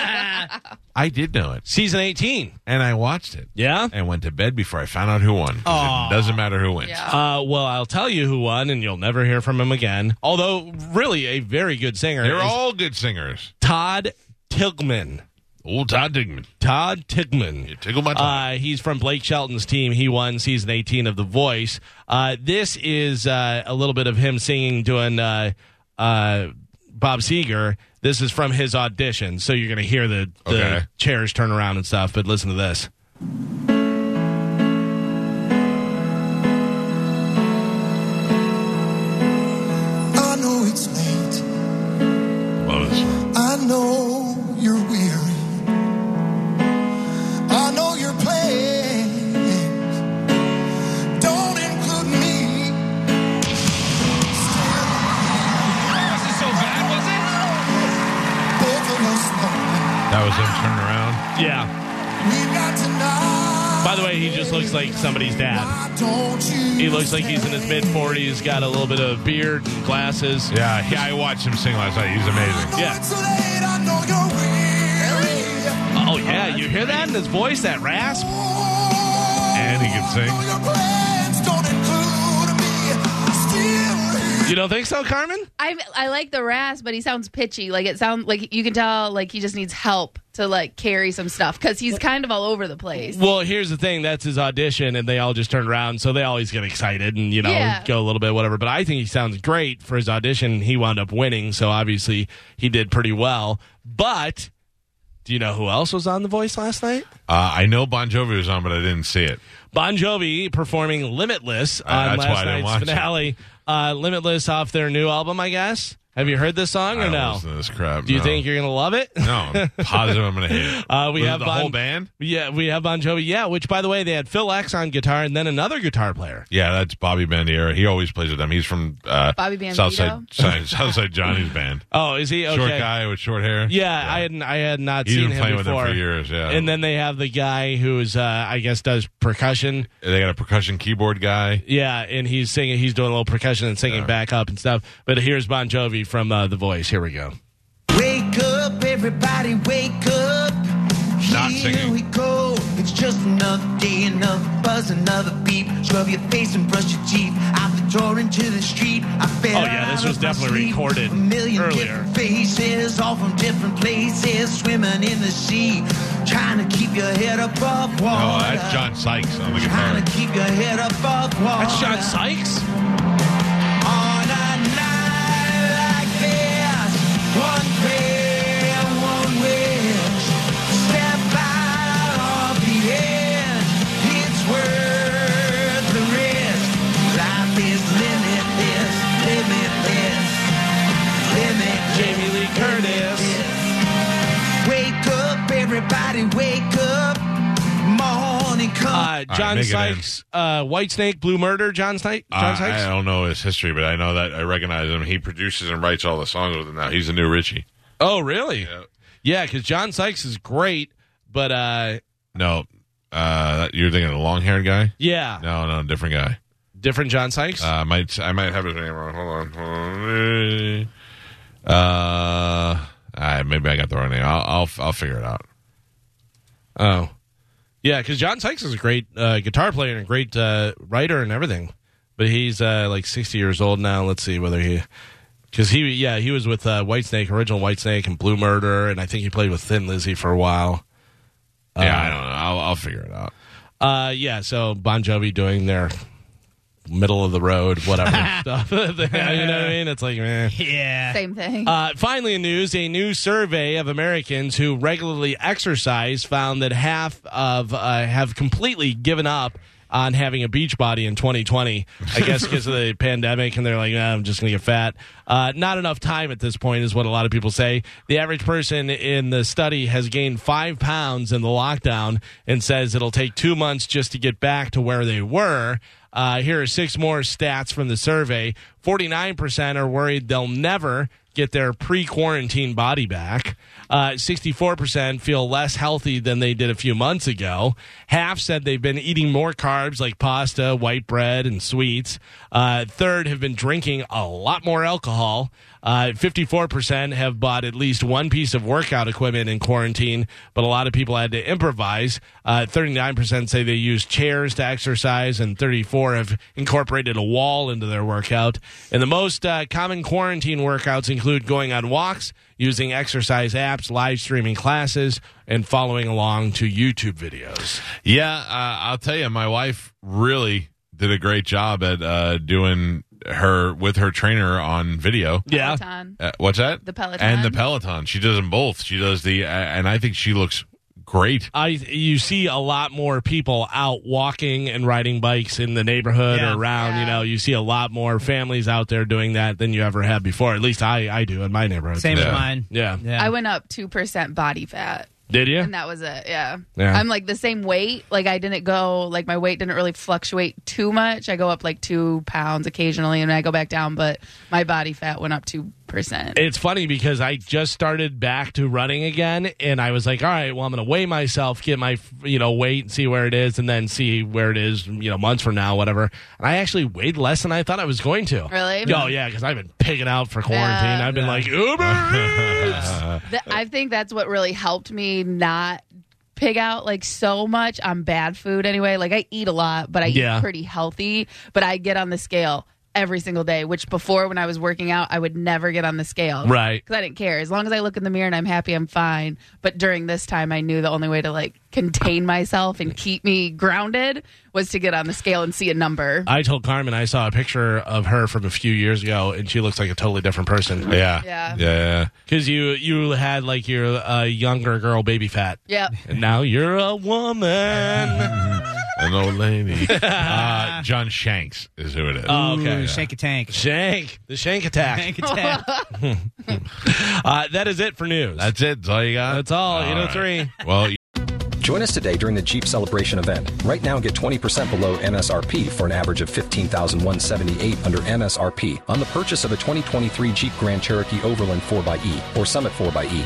Speaker 1: I did know it,
Speaker 2: season 18.
Speaker 1: and I watched it.
Speaker 2: Yeah.
Speaker 1: and went to bed before I found out who won. 'cause It doesn't matter who wins.
Speaker 6: Yeah.
Speaker 2: Uh, well, I'll tell you who won, and you'll never hear from him again. Although, really, a very good singer.
Speaker 1: They're
Speaker 2: is
Speaker 1: all good singers.
Speaker 2: Todd Tilgman.
Speaker 1: Old Todd Digman.
Speaker 2: Todd Tilgman.
Speaker 1: You tickle my tongue.
Speaker 2: Uh, he's from Blake Shelton's team. He won season 18 of The Voice. Uh, this is uh, a little bit of him singing, doing uh, uh, Bob Seger. This is from his audition, so you're going to hear the, the
Speaker 1: Okay.
Speaker 2: chairs turn around and stuff. But listen to this.
Speaker 9: I know it's late.
Speaker 1: Love this one.
Speaker 9: I know you're weary. I know your plans don't include me. Both of us know
Speaker 1: That was him turning around.
Speaker 2: Yeah.
Speaker 9: we've got tonight.
Speaker 2: By the way, he just looks like somebody's dad.
Speaker 9: Why don't you
Speaker 2: He looks like he's in his mid 40s, got a little bit of beard and glasses.
Speaker 1: Yeah, he, I watched him sing last night. He's amazing.
Speaker 9: know
Speaker 2: yeah.
Speaker 9: it's late, I know you're
Speaker 2: Oh,
Speaker 9: weary.
Speaker 2: yeah. You hear that in his voice, that rasp?
Speaker 1: And he can
Speaker 9: I know
Speaker 1: sing.
Speaker 9: your plans don't include me. Still here.
Speaker 2: You don't think so, Carmen?
Speaker 6: I I like the rasp, but he sounds pitchy. Like it sounds like you can tell like he just needs help to like carry some stuff because he's kind of all over the place.
Speaker 2: Well, here's the thing. That's his audition, and they all just turned around, so they always get excited and you know
Speaker 6: Yeah.
Speaker 2: go a little bit whatever. But I think he sounds great for his audition. He wound up winning, so obviously he did pretty well. But do you know who else was on The Voice last night?
Speaker 1: Uh, I know Bon Jovi was on, but I didn't see it.
Speaker 2: Bon Jovi performing "Limitless" on
Speaker 1: Ah, that's why I
Speaker 2: last
Speaker 1: didn't
Speaker 2: night's
Speaker 1: watch it.
Speaker 2: finale. Uh, "Limitless" off their new album, I guess. Have you heard this song
Speaker 1: I
Speaker 2: or
Speaker 1: don't
Speaker 2: no?
Speaker 1: listen to this crap.
Speaker 2: Do you
Speaker 1: no.
Speaker 2: think you're gonna love it?
Speaker 1: No, I'm positive I'm going to hate it.
Speaker 2: Uh, we
Speaker 1: Was it
Speaker 2: have
Speaker 1: the
Speaker 2: Bon-
Speaker 1: whole band.
Speaker 2: Yeah, we have Bon Jovi. Yeah, which by the way, they had Phil X on guitar and then another guitar player.
Speaker 1: Yeah, that's Bobby Bandiera. He always plays with them. He's from uh,
Speaker 6: Bobby Bandito?
Speaker 1: Southside, Southside, Southside Johnny's band.
Speaker 2: Oh, is he okay?
Speaker 1: Short guy with short hair.
Speaker 2: Yeah, I hadn't I had not
Speaker 1: He's
Speaker 2: seen
Speaker 1: been
Speaker 2: him
Speaker 1: playing
Speaker 2: before.
Speaker 1: with them for years. Yeah,
Speaker 2: And then they have the guy who is uh, I guess does percussion.
Speaker 1: they got a percussion keyboard guy.
Speaker 2: Yeah, and he's singing. He's doing a little percussion and singing back up and stuff. But here's Bon Jovi from uh, The Voice. Here we go.
Speaker 9: Wake up, everybody, wake up.
Speaker 1: Not
Speaker 9: Here
Speaker 1: singing.
Speaker 9: we go. It's just another day, another buzz, another beep. Scrub your face and brush your teeth. Out the door into the street. I fell
Speaker 2: Oh, yeah, this
Speaker 9: out
Speaker 2: was
Speaker 9: of my
Speaker 2: definitely
Speaker 9: sleep.
Speaker 2: recorded
Speaker 9: A million
Speaker 2: earlier.
Speaker 9: different faces, all from different places. Swimming in the sea. Trying to keep your head above water.
Speaker 1: Oh, that's John Sykes on the guitar.
Speaker 9: Trying to keep your head above water.
Speaker 2: That's Sean Sykes.
Speaker 9: On a night like this, one prayer, one wish. Step out of the edge. It's worth the risk. Life is limitless, limitless, limitless.
Speaker 2: Jamie Lee Curtis.
Speaker 9: Wake up, everybody, wake up. Morning comes.
Speaker 2: Uh,
Speaker 1: All right,
Speaker 2: John
Speaker 1: make it
Speaker 2: Sykes. Uh, White Snake, Blue Murder. John, Sy- John
Speaker 1: Uh,
Speaker 2: Sykes.
Speaker 1: I don't know his history, but I know that I recognize him. He produces and writes all the songs with him now. He's the new Richie.
Speaker 2: oh, really? Yeah, because John Sykes is great, but uh,
Speaker 1: No, uh, you're thinking of the long-haired guy.
Speaker 2: yeah,
Speaker 1: No, no, different guy.
Speaker 2: different John Sykes.
Speaker 1: Uh, I might I might have his name wrong. Hold on. Hold on. Uh, all right, maybe I got the wrong name. I'll I'll, I'll figure it out.
Speaker 2: Oh, yeah, because John Sykes is a great uh, guitar player and a great uh, writer and everything, but he's uh, like sixty years old now. Let's see whether he, because he, yeah, he was with uh, Whitesnake, original Whitesnake, and Blue Murder, and I think he played with Thin Lizzy for a while.
Speaker 1: yeah, I don't know. I'll, I'll figure it out.
Speaker 2: Uh, yeah, so Bon Jovi doing their middle of the road whatever stuff. you know what I mean? It's like, man.
Speaker 4: Yeah.
Speaker 6: Same thing.
Speaker 2: Uh, finally, in news, a new survey of Americans who regularly exercise found that half of uh, have completely given up on having a beach body in 2020. I guess because of the pandemic, and they're like, "Ah, I'm just going to get fat. Uh, not enough time at this point is what a lot of people say. The average person in the study has gained five pounds in the lockdown and says it'll take two months just to get back to where they were. Uh, here are six more stats from the survey 49% are worried they'll never get their pre quarantine body back. Uh, 64% feel less healthy than they did a few months ago. Half said they've been eating more carbs like pasta, white bread, and sweets. Uh, third have been drinking a lot more alcohol. Uh, 54% have bought at least one piece of workout equipment in quarantine, but a lot of people had to improvise. Uh, 39% say they use chairs to exercise, and 34 have incorporated a wall into their workout. And the most uh, common quarantine workouts include going on walks, using exercise apps, live streaming classes, and following along to YouTube videos.
Speaker 1: Yeah, uh, I'll tell you, my wife really did a great job at uh, doing her with her trainer on video.
Speaker 2: Yeah.
Speaker 6: Peloton.
Speaker 1: Uh, what's that?
Speaker 6: The Peloton.
Speaker 1: and the Peloton. She does them both. She does the, uh, and I think she looks great.
Speaker 2: I you see a lot more people out walking and riding bikes in the neighborhood
Speaker 4: Yeah.
Speaker 2: or around. You know, you see a lot more families out there doing that than you ever had before. At least I I do in my neighborhood.
Speaker 4: Same
Speaker 1: Yeah.
Speaker 4: with mine.
Speaker 2: Yeah.
Speaker 4: Yeah.
Speaker 6: I went up two percent body fat.
Speaker 2: Did you?
Speaker 6: And that was it. Yeah.
Speaker 2: Yeah.
Speaker 6: I'm like the same weight. Like I didn't go like my weight didn't really fluctuate too much. I go up like two pounds occasionally and I go back down, but my body fat went up two percent.
Speaker 2: It's funny because I just started back to running again, and I was like, "All right, well, I'm going to weigh myself, get my you know weight, and see where it is, and then see where it is, you know, months from now, whatever." And I actually weighed less than I thought I was going to.
Speaker 6: Really?
Speaker 2: Oh yeah, because I've been pigging out for quarantine.
Speaker 6: Yeah.
Speaker 2: I've been like Uber Eats.
Speaker 6: Th- I think that's what really helped me not pig out like so much on bad food anyway. Like I eat a lot, but I
Speaker 2: Yeah.
Speaker 6: eat pretty healthy, but I get on the scale every single day, which before when I was working out, I would never get on the scale.
Speaker 2: Right.
Speaker 6: Because I didn't care. As long as I look in the mirror and I'm happy, I'm fine. But during this time, I knew the only way to like contain myself and keep me grounded was to get on the scale and see a number.
Speaker 2: I told Carmen I saw a picture of her from a few years ago, and she looks like a totally different person.
Speaker 1: Yeah.
Speaker 6: Yeah.
Speaker 1: Yeah.
Speaker 2: Because you you had like your uh, younger girl baby fat,
Speaker 6: yep.
Speaker 2: and now you're a woman.
Speaker 1: An old lady. uh, John Shanks is who it is.
Speaker 2: Oh,
Speaker 4: Ooh,
Speaker 2: okay.
Speaker 4: Shake a tank.
Speaker 2: Shank, the Shank attack.
Speaker 4: Tank attack.
Speaker 2: Uh, that is it for news.
Speaker 1: That's it. That's all you got?
Speaker 2: That's all.
Speaker 1: All right.
Speaker 2: 803.
Speaker 1: Well,
Speaker 10: Join us today during the Jeep Celebration event. Right now, get 20% below MSRP for an average of 15178 under MSRP on the purchase of a 2023 Jeep Grand Cherokee Overland 4xE or Summit 4xE.